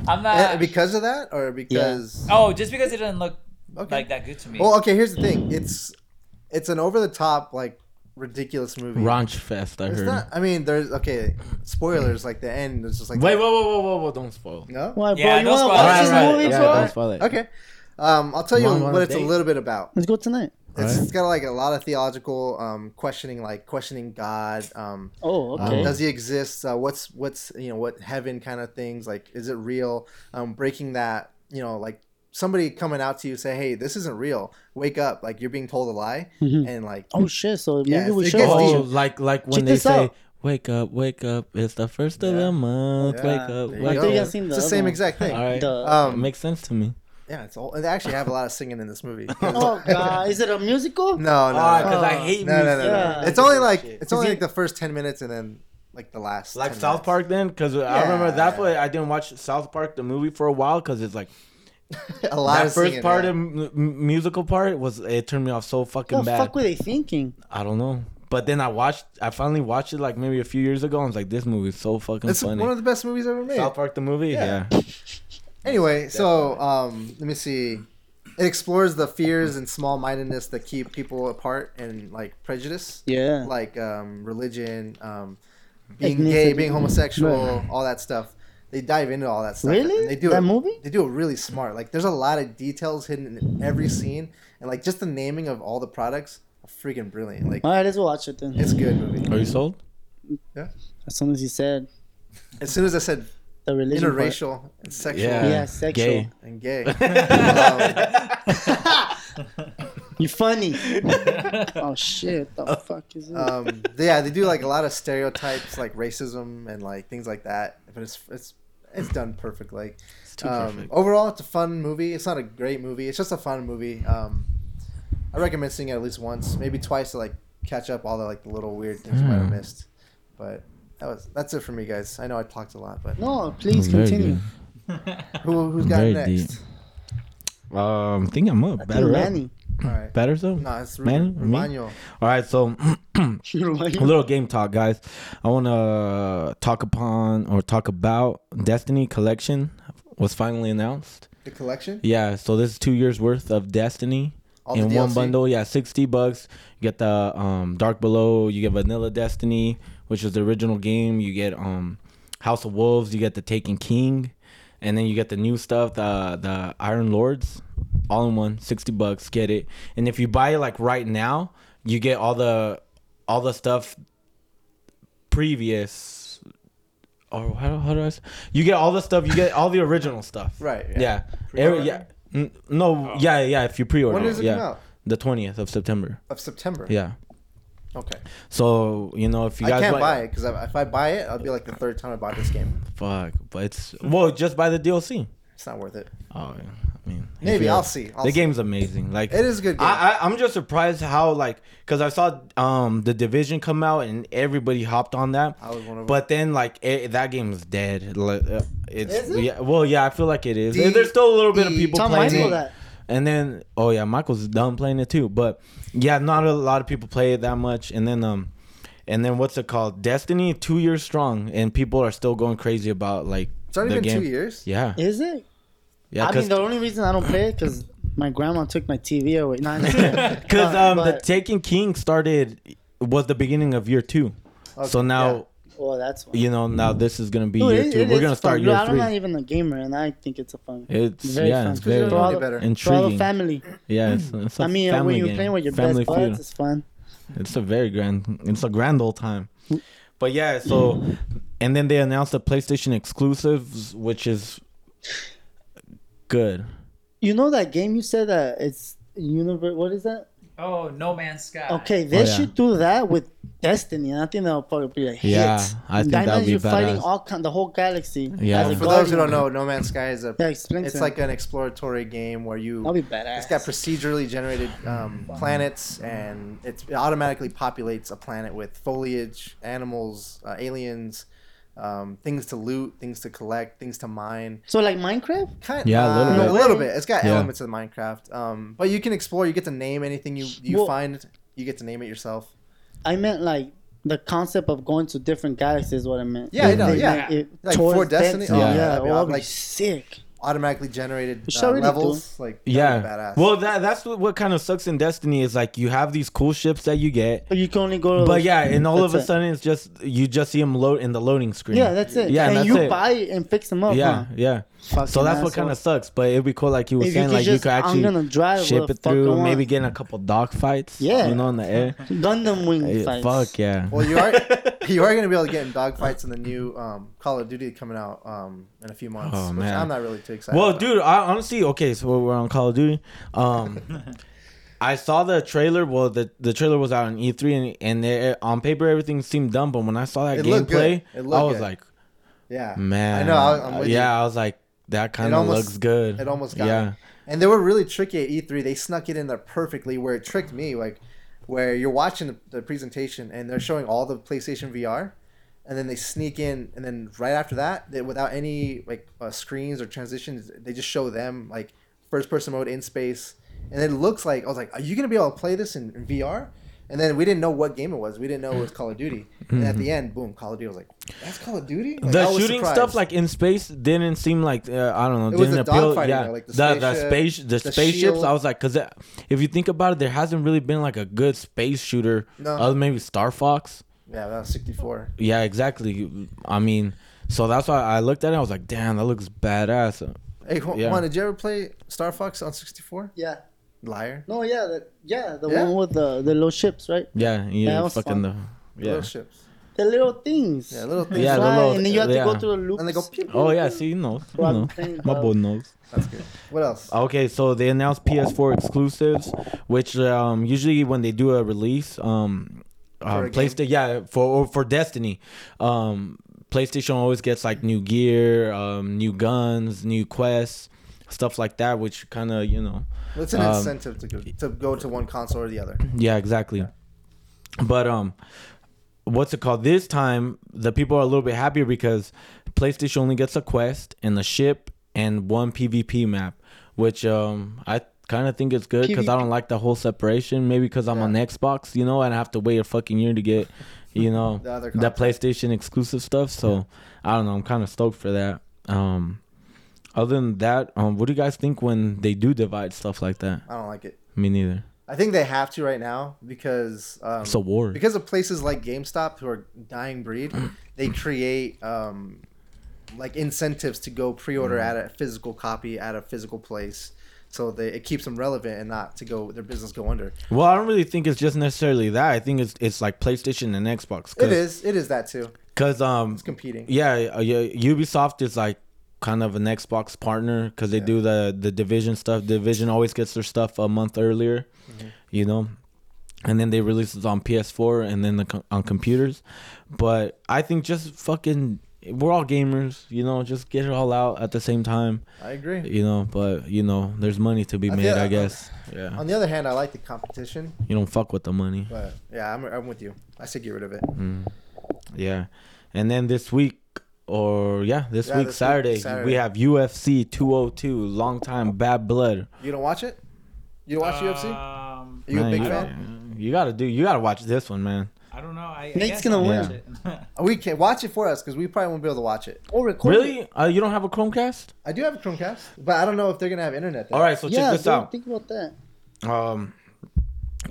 C: I'm
D: Eh,
C: not.
D: because of that, or because
C: Oh, just because it doesn't look
D: okay. Oh,
C: like that good to me.
D: Well, okay. Here's the thing. It's it's an over the top like ridiculous movie.
A: Ranch fest. I
D: It's
A: heard.
D: not. I mean, there's okay. Spoilers like the end. It's just like Oh,
A: Wait, whoa, whoa, whoa, whoa, whoa! Don't spoil.
D: no.
B: Why, bro?
C: Yeah,
B: you
C: no
B: want to
C: spoilers.
B: watch
C: Alright,
B: this
C: right,
B: movie,
A: yeah,
B: bro?
A: don't spoil it.
D: Okay. Um, I'll tell you
A: Mom, wanna
D: what it's
A: date?
D: a little bit about.
B: Let's go tonight.
D: It's,
A: Alright.
D: it's got like a lot of theological um, questioning, like questioning God. Um,
B: Oh,
D: um,
B: okay.
D: does he exist? Uh, what's what's you know what heaven kind of things like? Is it real? Um, breaking that you know like somebody coming out to you say, hey, this isn't real. Wake up! Like you're being told a lie,
B: Mhm.
D: and like
B: oh shit! So maybe
D: Yeah,
B: we
D: it
B: should
D: gets
B: watch
D: deep.
A: Oh,
B: it.
A: like like when
B: Check
A: they
B: this
A: say,
B: out.
A: "Wake up, wake up! It's the first of
D: Yeah.
A: the month.
D: Yeah.
A: Wake up,
D: There you
A: wake
D: go.
B: I think
A: up!"
B: I've seen the
D: it's the
B: other
D: same
B: one.
D: exact thing.
A: All right,
B: The-
A: it
D: Um,
A: makes sense to me.
D: yeah, it's all. They actually have a lot of singing in this movie. no,
B: oh god, is it a musical?
D: no, no,
A: Ah,
D: no,
A: 'cause I
B: Oh.
A: hate
D: no, no, no.
B: Yeah.
D: It's only like it's
B: Is
D: only
B: it-
D: like the first ten minutes, and then like the last.
A: Like
D: 10
A: South
D: minutes.
A: Park, then, because I remember that's
D: Yeah.
A: why I didn't watch South Park the movie for a while, because it's like
D: a lot
A: that
D: of
A: first
D: singing,
A: part
D: yeah.
A: of m- m- musical part was it turned me off so fucking
B: What the
A: bad.
B: fuck were they thinking?
A: I don't know. But then I watched. I finally watched it like maybe a few years ago. and I was like, this movie is so fucking
D: It's
A: funny.
D: one of the best movies ever made.
A: South Park the movie. Yeah.
D: Yeah. Anyway, so um, let me see. It explores the fears and small-mindedness that keep people apart, and like prejudice,
B: Yeah.
D: like um, religion, um, being gay,
B: Ethnicity.
D: being homosexual, all that stuff. They dive into all that stuff.
B: Really?
D: and They do
B: That
D: it,
B: movie?
D: They do it really smart. Like, there's a lot of details hidden in every scene, and like just the naming of all the products, are freaking brilliant. Like,
B: All right, let's watch it then.
D: it's a good movie.
A: Are you sold?
B: As soon as you said
D: As soon as I said
B: the religion part.
D: interracial and sexual
A: Yeah.
B: Yeah, sexual.
A: Gay.
D: and gay, um,
B: You funny. oh shit!
A: Uh,
B: The fuck is it?
D: um, they- yeah, they do like a lot of stereotypes, like racism and like things like that. But it's it's it's done perfect. Like
A: too
D: um,
A: perfect.
D: overall, it's a fun movie. It's not a great movie. It's just a fun movie. Um, I recommend seeing it at least once, maybe twice, to like catch up all the like the little weird things you might have
A: Hmm.
D: missed. But that was that's it for me, guys. I know I talked a lot, but
B: no, please
A: Very
B: continue.
A: good.
D: who who's got
A: Very
D: next?
A: Um, I think I'm up.
B: I think
A: Better up.
B: Manny.
D: All right.
A: Better so.
D: No, it's
A: Man,
D: Ru-
A: me?
D: Romano.
A: All right, so a little game talk, guys. I want to talk upon or talk about Destiny Collection was finally announced.
D: The collection.
A: Yeah, so this is two years worth of Destiny.
D: All
A: in
D: the
A: one
D: DLC?
A: bundle. Yeah, sixty bucks. You get the um, Dark Below. You get Vanilla Destiny, which is the original game. You get um, House of Wolves. You get the Taken King, and then you get the new stuff, the the Iron Lords, all in one. Sixty bucks. Get it. And if you buy it like right now, you get all the all the stuff previous. Or how, how do I? s- You get all the stuff. You get all the original stuff.
D: Right.
A: Yeah. Every, yeah. N- No. Yeah. Yeah. If you pre-order,
D: Oh. When does it
A: yeah.
D: come out?
A: The twentieth of September.
D: Of September.
A: Yeah.
D: Okay.
A: So you know if you
D: I
A: guys
D: can't
A: want-
D: buy it because if I buy it, I'll be like the third time I bought this game.
A: fuck, but it's well just buy the DLC.
D: It's not worth it.
A: Oh, yeah. I mean, if
D: Maybe
A: you're-
D: I'll see. I'll
A: the
D: see.
A: game's amazing. Like
D: It is a good game.
A: I, I I'm just surprised how like because I saw um the division come out and everybody hopped on that.
D: I was one of
A: But then like it, that game is dead. Like, uh, It's
D: Is it?
A: yeah. Well, yeah, I feel like it is.
D: D-
A: There's still a little bit of
D: E-
A: people
B: Tell
A: playing
B: Michael
A: it.
B: that.
A: And then, oh yeah, Michael's done playing it too. But yeah, not a lot of people play it that much. And then, um, and then what's it called? Destiny, two years strong, and people are still going crazy about like
D: It's already
A: the
D: been
A: game.
D: two years.
A: Yeah,
B: Is it?
A: yeah,
B: I mean,
A: because
B: the only reason I don't play it because my grandma took my TV away. No, I'm just kidding.
A: um, the
B: But-
A: Taken King started was the beginning of year two.
D: Okay,
A: So now
B: well, that's why.
A: you know now this is gonna be
B: Dude,
A: year
B: it-
A: two.
B: it
A: We're
B: is
A: gonna start
B: fun.
A: year
B: Dude, I'm
A: three.
B: not even a gamer, and I think it's a fun.
A: it's
B: very
A: yeah,
B: fun.
A: it's
D: Because you
A: very
D: don't know any
B: Well,
D: better.
B: For all the
A: intriguing.
B: family.
A: yeah, it's, it's a
B: I mean,
A: family
B: when you're
A: game.
B: playing with your
A: family
B: best buds,
A: feud.
B: it's fun.
A: It's a very grand. It's a grand old time. But yeah, so and then they announced the PlayStation exclusives, which is good.
B: You know that game you said that it's universe. What is that?
C: Oh, No Man's Sky.
B: Okay, they
A: Oh, yeah.
B: should do that with Destiny, and I think that'll probably be a hit.
A: Yeah, I think
B: that
A: that'll
B: means
A: be
B: you're fighting
A: badass.
B: all kind, the whole galaxy.
A: Yeah.
B: as a
D: For those who
B: guardian.
D: don't know, No Man's Sky is a
B: yeah, explain
D: it's like an exploratory game where you
B: I'll be badass.
D: It's got procedurally generated um, planets, and it's, it automatically populates a planet with foliage, animals, uh, aliens, um, things to loot, things to collect, things to mine.
B: so like Minecraft.
D: Kind
A: Yeah, a little
D: uh,
A: bit.
D: A little bit. It's got
A: Yeah.
D: elements of Minecraft, um, but you can explore. You get to name anything you you
B: Well-
D: find. You get to name it yourself.
B: I meant like the concept of going to different galaxies. Is what I meant.
D: Yeah, I know,
B: They-
D: yeah.
B: they- it-
D: Like
B: towards
D: for Destiny?
A: Oh,
B: yeah,
A: yeah,
D: that'd be
B: well,
D: awesome.
B: like
D: Like-
B: sick.
D: Automatically generated
B: Which I
D: uh,
B: already do.
D: levels. Like that'd be
A: Yeah.
D: badass.
A: Well, that that's what, what kind of sucks in Destiny is like you have these cool ships that you get,
B: But you can only go. To
A: but yeah, and all of a
B: that's it.
A: sudden it's just you just see them load in the loading screen.
B: Yeah, that's it.
A: Yeah,
B: and
A: that's
B: you
A: it.
B: buy it and fix them up.
A: yeah,
B: huh?
A: yeah. So
B: Fucking
A: that's what kind
B: asshole.
A: of sucks. But it'd be cool, like you were
B: If you
A: saying,
B: could
A: like
B: just-
A: you could
B: I'm
A: actually
B: gonna drive
A: ship
B: where the
A: it
B: fuck I
A: through,
B: want.
A: maybe getting a couple dog fights.
B: Yeah.
A: you know, in the air.
B: Gundam wing
A: Eh,
B: fights.
A: Fuck yeah.
D: Well, you are you are going to be able to get in dogfights in the new um, Call of Duty coming out um, in a few months.
A: Oh,
D: which
A: man.
D: I'm not really too excited.
A: Well,
D: about.
A: dude, I honestly okay. So we're on Call of Duty. Um, I saw the trailer. Well, the, the trailer was out on E three, and and they, on paper everything seemed dumb. But when I saw that
D: It looked
A: gameplay,
D: good. It
A: I
D: looked
A: was
D: good.
A: like,
D: yeah,
A: man,
D: I know. I, I'm with you.
A: yeah, I was like, that kind of
D: almost-
A: looks good.
D: it almost got
A: yeah.
D: me. And they were really tricky at E3. They snuck it in there perfectly where it tricked me, like where you're watching the, the presentation and they're showing all the PlayStation VR, and then they sneak in, and then right after that, they, without any like uh, screens or transitions, they just show them like first person mode in space, and it looks like I was like, are you gonna be able to play this in, in VR? And then we didn't know what game it was. We didn't know it was Call of Duty. And at the end, boom, Call of Duty. I was like, that's Call of Duty. Like, I
A: Mm-hmm. the
D: was
A: shooting
D: surprised.
A: stuff like in space didn't seem like uh, I don't know.
D: It was
A: didn't
D: the
A: appeal.
D: dogfighting,
A: yeah,
D: though, like
A: the
D: the
A: the
D: spaceship,
A: space the,
D: the
A: spaceships.
D: shield.
A: I was like, because if you think about it, there hasn't really been like a good space shooter.
D: No.
A: Other maybe Star Fox.
D: yeah, that was 64.
A: Yeah, exactly. I mean, so that's why I looked at it. I was like, damn, that looks badass.
D: Hey, Ju- Juan,
A: Yeah.
D: did you ever play Star Fox on 64?
B: Yeah.
D: Liar.
B: No, yeah, the, yeah, the
D: Yeah?
B: one with the the little ships, right?
A: Yeah, you
B: Yeah, it was
A: fucking
B: fun.
A: the yeah.
D: Little ships.
B: The little things.
D: Yeah, little things.
A: Yeah,
B: Fly,
A: little-
B: and then you have to go
A: yeah.
B: through the loops.
D: And they go, pew, pew.
A: Oh yeah, see, you know, you
B: Well,
A: know.
B: thank
A: my
B: God.
A: boy knows.
D: That's good. What else?
A: Okay, so they announced PS4 exclusives, which um, usually when they do a release, um, uh,
D: For a game?
A: PlayStation, yeah, for or for Destiny, um, PlayStation always gets like new gear, um, new guns, new quests, stuff like that, which kind of you know,
D: What's an
A: Um,
D: incentive to go, to go to one console or the other?
A: yeah, exactly. But um, what's it called? This time the people are a little bit happier because PlayStation only gets a quest and a ship and one PvP map, which um I kind of think it's good because I
B: PvP.
A: don't like the whole separation. Maybe because I'm
D: Yeah.
A: on Xbox, you know, and I have to wait a fucking year to get, you know,
D: The other
A: that PlayStation exclusive stuff. So I don't know. I'm kind of stoked for that. Um. Other than that, um, what do you guys think when they do divide stuff like that?
D: I don't like it.
A: Me neither.
D: I think they have to right now because um,
A: It's a war.
D: because of places like GameStop who are dying breed, they create um, like incentives to go pre-order
A: Mm.
D: at a physical copy at a physical place, so they it keeps them relevant and not to go their business go under.
A: Well, I don't really think it's just necessarily that. I think it's it's like PlayStation and Xbox.
D: It is it is that too.
A: because um
D: It's competing.
A: yeah, uh, yeah Ubisoft is like kind of an Xbox partner because they do the the Division stuff. Division always gets their stuff a month earlier,
D: Mm-hmm.
A: you know, and then they release it on PS4 and then the, co- on computers. But I think just fucking we're all gamers, you know, just get it all out at the same time,
D: I agree.
A: you know. But you know, there's money to be
D: I
A: made,
D: feel-
A: I guess. Yeah,
D: On the other hand, I like the competition,
A: you don't fuck with the money.
D: but yeah, I'm, I'm with you. I say get rid of it.
A: Yeah. And then this week, or yeah, this
D: Yeah,
A: week,
D: this week,
A: Saturday,
D: Saturday.
A: we have UFC 202, long time bad blood.
D: You don't watch it? You don't
C: Uh,
D: watch UFC? Are
C: Um,
D: you a
A: Man,
D: big
A: you,
D: fan?
A: you gotta do, you gotta watch this one, man.
C: I don't know. I, I
B: Nate's
C: guess
B: gonna
C: I'll
A: win.
C: watch it.
D: We can watch it for us because we probably won't be able to watch it.
B: Or record it.
A: Really? Uh, you don't have a Chromecast?
D: I do have a Chromecast, but I don't know if they're gonna have internet. There.
A: All right, so
B: yeah,
A: check this
B: dude,
A: out.
B: think about that.
A: Um,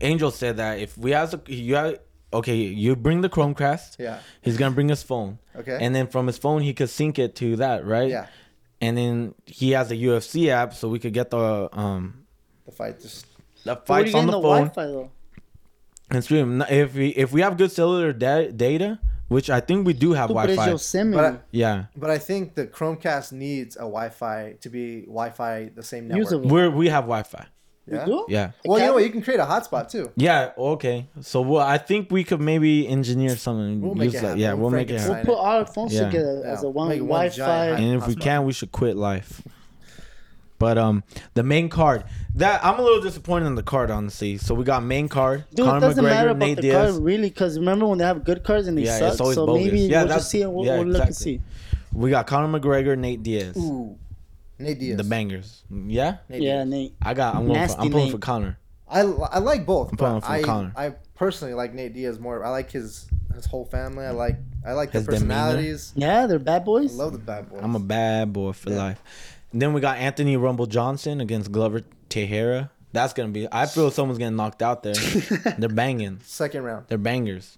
A: Angel said that if we have, a- you have, okay, you bring the Chromecast.
D: Yeah.
A: He's gonna bring his phone.
D: Okay.
A: And then from his phone, he could sync it to that, right?
D: Yeah.
A: And then he has a UFC app, so we could get the um
D: The fight just
A: the
B: Where are you
A: fights on
B: getting
A: the,
B: the,
A: phone.
B: Wi-Fi though?
A: and stream. N- If we if we have good cellular da- data, which I think we do have
B: Dude, but it's
A: Wi-Fi.
B: Yosemite.
D: But I-
A: Yeah,
D: But I think the Chromecast needs a Wi-Fi to be Wi-Fi the same network.
B: Usable.
A: we're we have Wi-Fi.
D: Yeah?
B: You do?
A: Yeah,
D: Well, you know what? You can create a hotspot too.
A: yeah. Okay, so well, I think we could maybe engineer something.
D: We'll make
A: use
D: it
A: that.
D: happen.
A: Yeah, we'll
D: Frank
A: make it
D: can
A: happen.
B: We'll
D: sign
B: put all our phones
A: Yeah.
B: together as
D: Yeah,
B: a one
D: make one
B: Wi-Fi.
D: giant-
A: And if we
D: Hotspot.
A: can, we should quit life. But um, the main card that I'm a little disappointed in the card honestly. So we got main card,
B: Dude, it
A: Conor
B: doesn't
A: McGregor,
B: matter about
A: Nate
B: the
A: Diaz.
B: card really, because remember when they have good cards and they
A: Yeah, it's
B: suck.
A: always
B: so
A: bogus.
B: maybe
A: Yeah,
B: we'll
A: that's-
B: just see and we'll,
A: yeah,
B: we'll look and
A: exactly.
B: see.
A: We got Conor McGregor, Nate Diaz,
D: Ooh, Nate Diaz.
A: the bangers. Yeah,
D: Nate
B: Yeah,
D: Diaz.
B: Nate.
A: I got. I'm going for,
B: Nasty
A: I'm pulling
B: Nate.
A: for Conor.
D: I, I like both.
A: I'm pulling
D: but
A: for
D: I
A: Conor.
D: I personally like Nate Diaz more. I like his his whole family. I like I like their
A: His demeanor.
D: personalities.
B: Yeah, they're bad
D: I
B: boys.
D: love the bad boys.
A: I'm a bad boy for life. And then we got Anthony Rumble Johnson against Glover Teixeira. That's gonna be. I feel someone's getting knocked out there. They're banging.
D: second round.
A: They're bangers.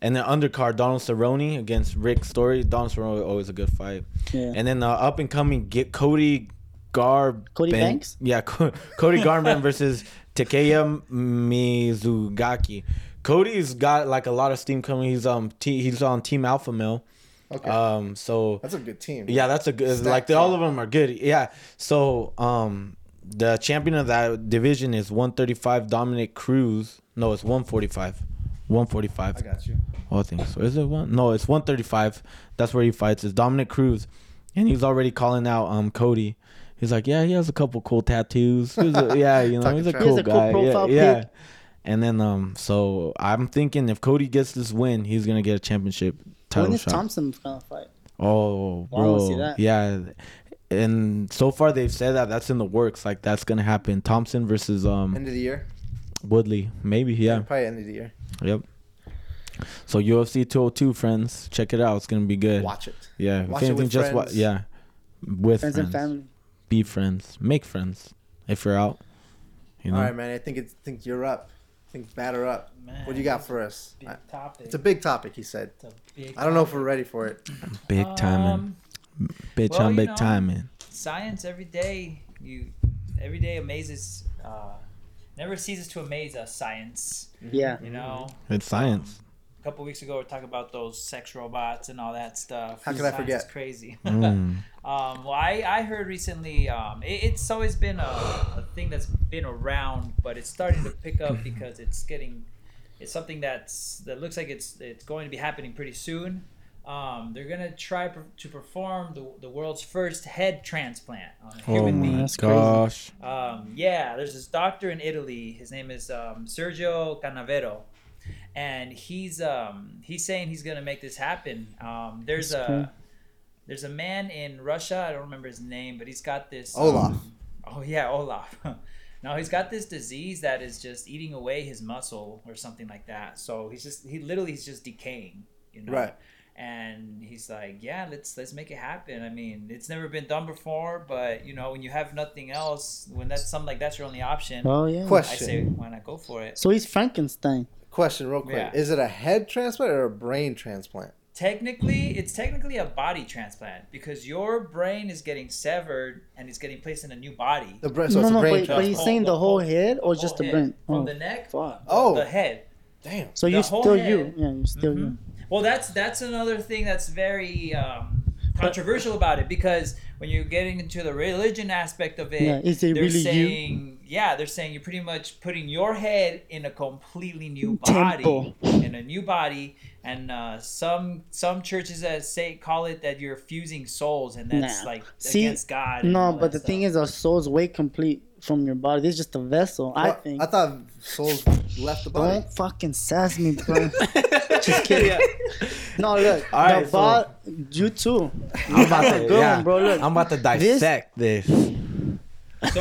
A: And then undercard Donald Cerrone against Rick Story. Donald Cerrone always a good fight.
B: Yeah.
A: And then the up and coming get Cody Garb.
B: Cody Banks?
A: Yeah, Co- Cody Garben versus Takeya Mizugaki. Cody's got like a lot of steam coming. He's um t- he's on Team Alpha Male.
D: Okay,
A: Um, so
D: that's a good team.
A: yeah, that's a good.
D: Stacked
A: like they, all
D: team.
A: of them are good. Yeah. So um, the champion of that division is 135 Dominic Cruz. No, it's 145.
D: I
A: 145.
D: got you.
A: All things. So is it one? No, it's 135. That's where he fights. It's Dominic Cruz, and he's already calling out um Cody. He's like, yeah, he has a couple cool tattoos. He's a- yeah, you know,
D: Talking
A: he's a
D: trash.
A: cool
B: He has a cool
A: guy. yeah,
B: profile
A: yeah.
B: pic.
A: And then um, so I'm thinking if Cody gets this win, he's gonna get a championship title
B: When is
A: shot.
B: Thompson gonna fight?
A: Oh,
B: I wanna
A: bro.
B: see that.
A: Yeah. And so far they've said that that's in the works. Like that's gonna happen. Thompson versus um
D: End of the year.
A: Woodley, maybe. Yeah.
D: Probably end of the year.
A: Yep. So UFC 202, friends, check it out. It's gonna be good.
D: Watch it.
A: Yeah.
D: Watch it
A: if anything,
D: with
A: just watch.
D: friends.
A: Yeah. With friends,
B: Friends and family.
A: be friends, make friends. If you're out, you know.
D: All right, man. I think it's think you're up. I think batter up.
C: Man,
D: what do you got for us?
C: Big
D: I-
C: topic.
D: It's a big topic. He said.
C: It's a big
D: I don't know if we're ready for it.
A: Big timing,
C: Um,
A: bitch.
C: well,
A: I'm
C: you
A: big
C: know.
A: timing.
C: science every day. You every day amazes. Uh, never ceases to amaze us. Science.
B: Yeah.
C: You know.
D: Mm-hmm.
A: It's science.
C: A couple weeks ago, we were talking about those sex robots and all that stuff.
D: How could I
C: Science
D: forget?
C: Is crazy.
A: Mm.
C: Um, well, I, I heard recently, um, it, it's always been a, a thing that's been around, but it's starting to pick up because it's getting, it's something that's that looks like it's it's going to be happening pretty soon. Um, they're gonna try per, to perform the, the world's first head transplant on a
A: Oh
C: human
A: my
C: being.
B: That's crazy.
A: gosh.
C: Um, yeah, there's this doctor in Italy. His name is um, Sergio Canavero, and he's um, he's saying he's gonna make this happen. Um, there's
B: That's
C: a
B: cool.
C: there's a man in Russia. I don't remember his name, but he's got this um,
D: Olaf.
C: oh yeah, Olaf. now he's got this disease that is just eating away his muscle or something like that. So he's just he literally he's just decaying. You know?
D: Right.
C: and he's like, "Yeah, let's let's make it happen." I mean, it's never been done before, but you know, when you have nothing else, when that's something like that's your only option,
B: Oh yeah.
C: I
D: Question.
C: say, why not go for it?
B: So he's Frankenstein.
D: Question, real quick:
C: Yeah.
D: Is it a head transplant or a brain transplant?
C: Technically, it's technically a body transplant because your brain is getting severed and it's getting placed in a new body.
D: The brain, so it's a
B: but,
D: brain
B: but
D: transplant.
B: he's saying the whole head or
C: Oh, Whole
B: just the
C: head.
B: brain?
C: From
B: Oh,
C: the neck,
B: fuck.
D: Oh.
C: the head.
D: Damn.
B: So
C: the
B: you're
C: whole
B: still
C: head. Mm-hmm.
B: you. Yeah, you're still you.
C: Well, that's that's another thing that's very um, controversial about it because when you're getting into the religion aspect of it,
B: Yeah, is it
C: they're
B: really you?
C: saying, Yeah, they're saying you're pretty much putting your head in a completely new body,
B: Temple.
C: in a new body, and uh, some some churches that say call it that you're fusing souls, and that's
B: Nah.
C: like
B: See,
C: against God. and all
B: No,
C: that
B: but the
C: stuff.
B: thing is, our soul's way complete from your body. This is just a vessel. I
D: Well,
B: think.
D: I thought souls left the body.
B: Don't fucking sass me, bro. just kidding. No, look.
A: All right,
B: the
A: so-
B: bo- you too.
A: I'm about
B: That's a
A: to,
B: good
A: yeah,
B: one, bro. Look,
A: I'm about to
B: this-
A: dissect this.
C: So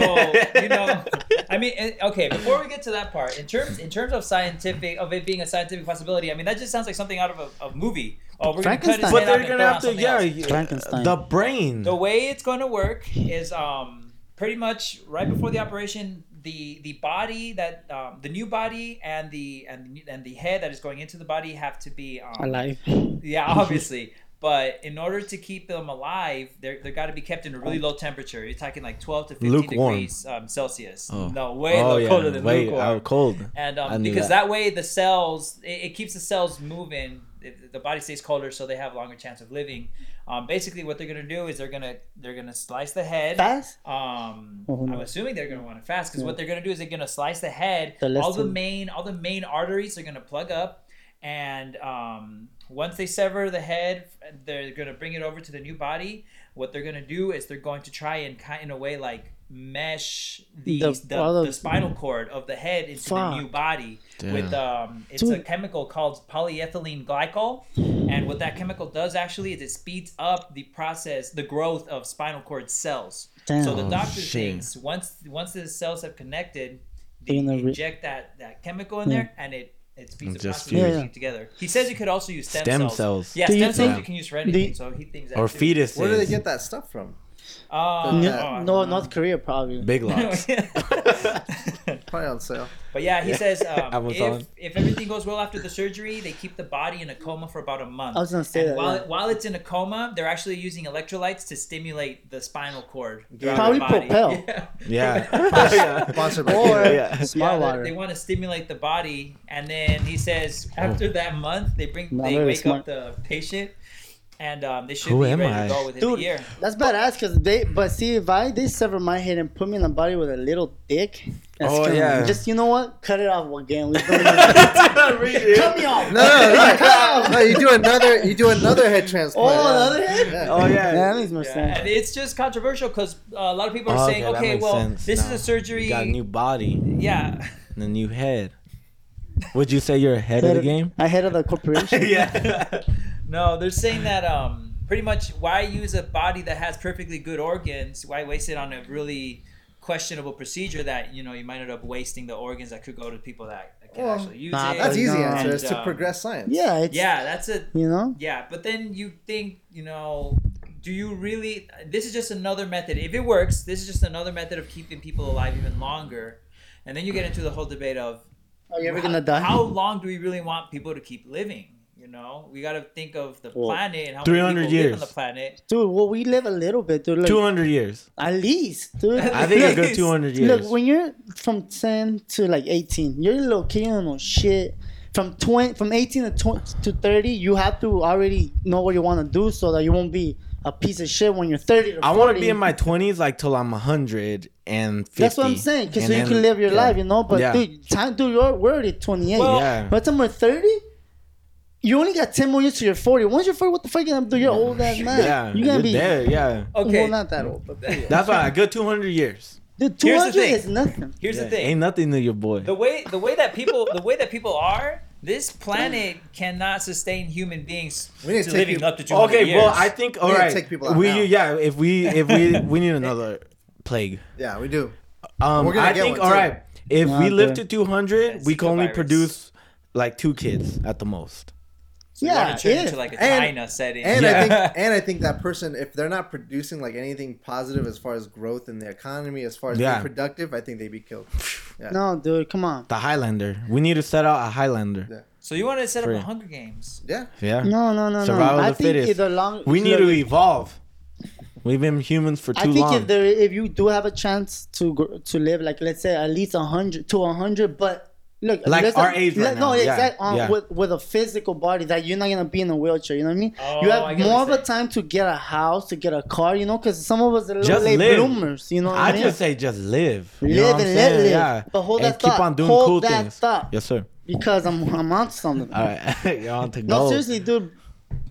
C: you know, I mean, eh, okay. Before we get to that part, in terms in terms of scientific of it being a scientific possibility, I mean that just sounds like something out of a, a movie. Oh, we're gonna cut
B: Frankenstein.
C: his
A: But
C: head
A: they're
C: off and
A: gonna
C: throw it
A: have
C: on
A: to,
C: something
A: yeah,
C: else.
A: yeah,
B: Frankenstein.
A: the brain.
C: The way it's going to work is um, pretty much right before the operation, the the body that um, the new body and the and and the head that is going into the body have to be um,
B: alive.
C: yeah, obviously. But in order to keep them alive, they're, they got to be kept in a really low temperature. You're talking like 12 to 15
A: Lukewarm.
C: degrees um, Celsius.
A: Oh.
C: No, way
A: oh,
C: lo-
A: yeah,
C: colder than
A: way
C: lukewarm.
A: out cold.
C: and
A: I
C: um,
A: knew
C: because
A: that.
C: that. way the cells, it, it keeps the cells moving. It, the body stays colder, so they have longer chance of living. Um, basically, what they're gonna do is they're gonna they're gonna slice the head.
B: Fast?
C: Um,
B: Oh, no.
C: I'm assuming they're gonna want to fast because what they're gonna do is they're gonna slice the head.
B: The less
C: all the
B: than-
C: main all the main arteries are gonna plug up, and um, once they sever the head, they're gonna bring it over to the new body. What they're gonna do is they're going to try and kind in a way like mesh the
B: The-
C: the,
B: all the-
C: the spinal cord of the head into
B: Fuck.
C: the new body with
A: Damn.
C: um, it's a
B: Dude.
C: chemical called polyethylene glycol, and what that chemical does actually is it speeds up the process, the growth of spinal cord cells.
B: Damn.
C: So the
A: Oh,
C: doctor
A: shit.
C: thinks once once the cells have connected, they
B: In a re-
C: inject that, that chemical in there, and it it speeds
A: It
C: the
A: just
C: process of
B: fuse.
C: everything together. He says you could also use stem,
A: Stem
C: cells.
A: cells.
C: Yeah,
B: Do you
C: stem cells
B: think-
C: you can use for anything.
B: the-
C: so he thinks that
A: or
C: too.
A: fetuses.
D: Where do they get that stuff from?
C: Uh,
D: No,
C: oh, I
B: No, no,
C: don't know.
B: North Korea probably.
A: Big locks.
D: Probably on sale.
C: But yeah, he says um,
A: Amazon.
C: if, if everything goes well after the surgery, they keep the body in a coma for about a month.
B: I was gonna say
C: And
B: that,
C: while,
B: yeah.
C: while it's in a coma, they're actually using electrolytes to stimulate the spinal cord.
D: Yeah.
C: throughout
B: Probably
C: the body.
B: Propel.
C: Yeah.
A: yeah.
D: Sponsored by
B: Or
D: Gatorade.
A: Yeah.
B: smart
C: Yeah,
B: water.
C: They, want to stimulate the body, and then he says after that month, they bring
B: Oh. Not
C: they
B: very
C: wake
B: smart.
C: up the patient, and um, they should
A: Who
C: be
A: am
C: ready
A: I?
C: to go within
B: Dude,
C: a year.
B: that's badass because they, but see, if I they sever my head and put me in a body with a little dick, that's
A: Oh, yeah.
B: just you know what? Cut it off again. We don't even- Cut me off.
D: No, no, no, no, no. You do another. You do another head
B: Oh,
D: transplant.
B: another head?
D: Yeah.
A: Oh yeah.
B: Yeah, that makes more
C: Yeah, and
B: sense.
C: it's just controversial because uh, a lot of people are saying,
A: Oh, that
C: okay,
A: makes
C: well,
A: sense
C: this
A: now.
C: is a surgery.
A: You got a new body
C: yeah.
A: and a new head. Would you say you're ahead of the game?
B: Ahead of the corporation.
A: yeah.
C: No, they're saying that um, pretty much why use a body that has perfectly good organs? Why waste it on a really questionable procedure that you know you might end up wasting the organs that could go to people that, that can
D: Well,
C: actually use
B: nah,
C: it.
D: That's easy
B: No.
D: answer. It's
C: And,
D: to
C: um,
D: progress science.
B: Yeah, it's
C: Yeah, that's a
B: you know.
C: yeah. But then you think you know. Do you really? This is just another method. If it works, this is just another method of keeping people alive even longer. And then you get into the whole debate of
B: Are you ever
C: how-
B: gonna die?
C: How long do we really want people to keep living? You know, we got to think of the
B: Well,
C: planet and how
A: 300
C: many people live
A: years.
C: on the planet.
B: Dude, well, we live a little bit, dude. Look,
A: 200 years.
B: At least, dude.
A: I think a
C: At
A: good
C: least.
A: 200 years.
B: Look, when you're from 10 to like 18, you're located on no shit. From 20, from 18 to 20, to 30, you have to already know what you want to do so that you won't be a piece of shit when you're 30.
A: I want to be
B: 40.
A: in my 20s like till I'm 100 and 50.
B: That's what I'm saying, because
A: And
B: so you
A: then-
B: can live your
A: yeah.
B: life, you know. But
A: Yeah.
B: dude, time, dude, you're we're already 28.
C: Well-
A: Yeah.
B: By the time we're 30, you only got 10 more years to your 40. Once you're 40, what the fuck you gonna do? You're old ass man.
A: yeah.
B: you're gonna
A: you're
B: be
A: there, yeah.
C: Okay,
B: well, not that old, but
A: That's why a good 200 years.
B: dude, 200
C: Here's the thing.
B: is nothing.
C: here's
A: Yeah,
C: the thing.
A: Ain't nothing to your boy.
C: the way the way that people the way that people are this planet cannot sustain human beings
D: We need
C: to
D: to take
C: living
D: people-
C: up to 200
A: Okay,
C: years.
A: well, I think all
D: need to
A: right.
D: take people out
A: we
D: now.
A: yeah, if we if we we need another plague.
D: Yeah, we do.
A: Um,
D: We're gonna
A: I
D: get
A: think
D: one,
A: all
D: too.
A: right. If
B: Yeah,
A: we live
B: dude.
A: to 200,
C: That's
A: we can
C: the
A: only
C: virus.
A: produce like two kids at the most.
C: We
B: Yeah,
C: want to turn
B: yeah.
C: into like a
D: And-
C: China setting.
D: And
A: Yeah.
D: I think and I think that person, if they're not producing like anything positive as far as growth in the economy, as far as
A: Yeah.
D: being productive, I think they'd be killed. Yeah.
B: No, dude, come on.
A: The Highlander. We need to set out a Highlander.
C: so you want to set up
A: Free.
C: a Hunger Games?
D: Yeah.
A: Yeah.
B: No, no, no,
A: Survival
B: no. I
A: of the
B: think
A: fittest.
B: if the long
A: We need
B: look,
A: to evolve. We've been humans for
B: I
A: too
B: think
A: long.
B: if there if you do have a chance to gr- to live like let's say at least hundred to hundred, but look
A: Like
B: let's
A: our
B: not-
A: age right
B: no,
A: now, yeah,
B: exact- um,
A: yeah.
B: with with a physical body that you're not gonna be in a wheelchair. You know what I mean?
C: Oh,
B: you
C: I
B: have
C: get what
B: more
C: you're
B: of a
C: saying.
B: time to get a house, to get a car. You know, because some of us are little
A: Just
B: late
A: live.
B: bloomers. You know what I
A: I
B: mean?
A: just say just live. You know
B: Live
A: what I'm
B: and let
A: saying?
B: live.
A: Yeah.
B: But hold
A: and
B: that
A: keep
B: thought.
A: on doing
B: Hold
A: cool
B: that
A: things.
B: thought.
A: Yes, sir.
B: because I'm I'm on something.
A: All right. You're on to
B: No,
A: go.
B: seriously, dude.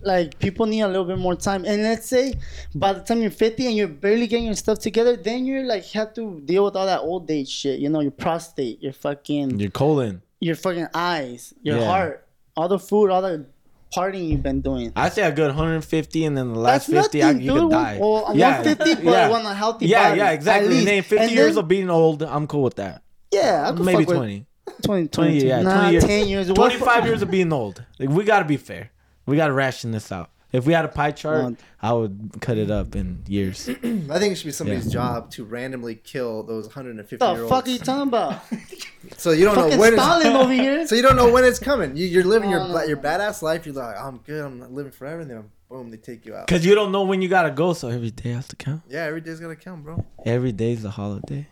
B: Like people need a little bit more time. And let's say by the time you're 50 and you're barely getting your stuff together, then you're like have to deal with all that old age shit. You know, your prostate, your fucking
A: Your colon.
B: your fucking eyes, your
A: Yeah.
B: heart, all the food, all the partying you've been doing.
A: I say a good 150, and then the last
B: That's
A: 50, I,
B: nothing,
A: you
B: dude.
A: could die.
B: Well, I'm 150, but I want a healthy
A: yeah,
B: body,
A: Yeah,
B: at
A: exactly.
B: least.
A: And then 50
B: And
A: years
B: then-
A: of being old, I'm cool with that.
B: Yeah, I could
A: Maybe
B: fuck
A: 20.
B: With 20,
A: 20,
B: 20,
A: yeah,
B: nah,
A: 20 years.
B: 10 years. What
A: 25
B: fu-
A: years of being old. Like, we got to be fair. We got to ration this out. If we had a pie chart,
B: Well-
A: I would cut it up in years.
D: I think it should be somebody's
A: Yeah.
D: job to randomly kill those 150
B: The
D: year olds.
B: fuck are you talking about?
D: so you don't know
B: fucking Oh.
D: when
B: Stalin
D: it's
B: over here.
D: so you don't know when it's coming. You, you're living your
B: No, no,
D: bla-
B: no.
D: your badass life. You're like, I'm good. I'm not living forever. And then boom, they take you out.
A: Because you don't know when you got to go, so every day has to count.
D: Yeah, every day's gonna count, bro.
A: Every day's a holiday.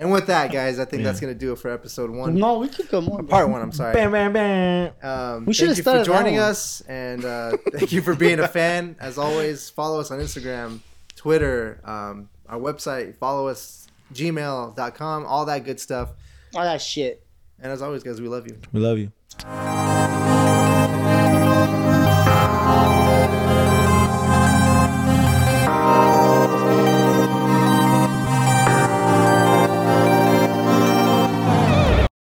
D: And with that, guys, I think
A: Yeah.
D: that's gonna do it for episode one,
B: No, we could go more. bro.
D: part one. I'm sorry.
A: Bam, bam, bam.
D: Um,
B: We
D: thank
B: should've
D: you for
B: started that
D: joining
B: one.
D: us, and uh, thank you for being a fan. As always, follow us on Instagram, Twitter, um, our website. Follow us, gmail.com, all that good stuff.
B: All that shit.
D: And as always, guys, we love you.
A: We love you.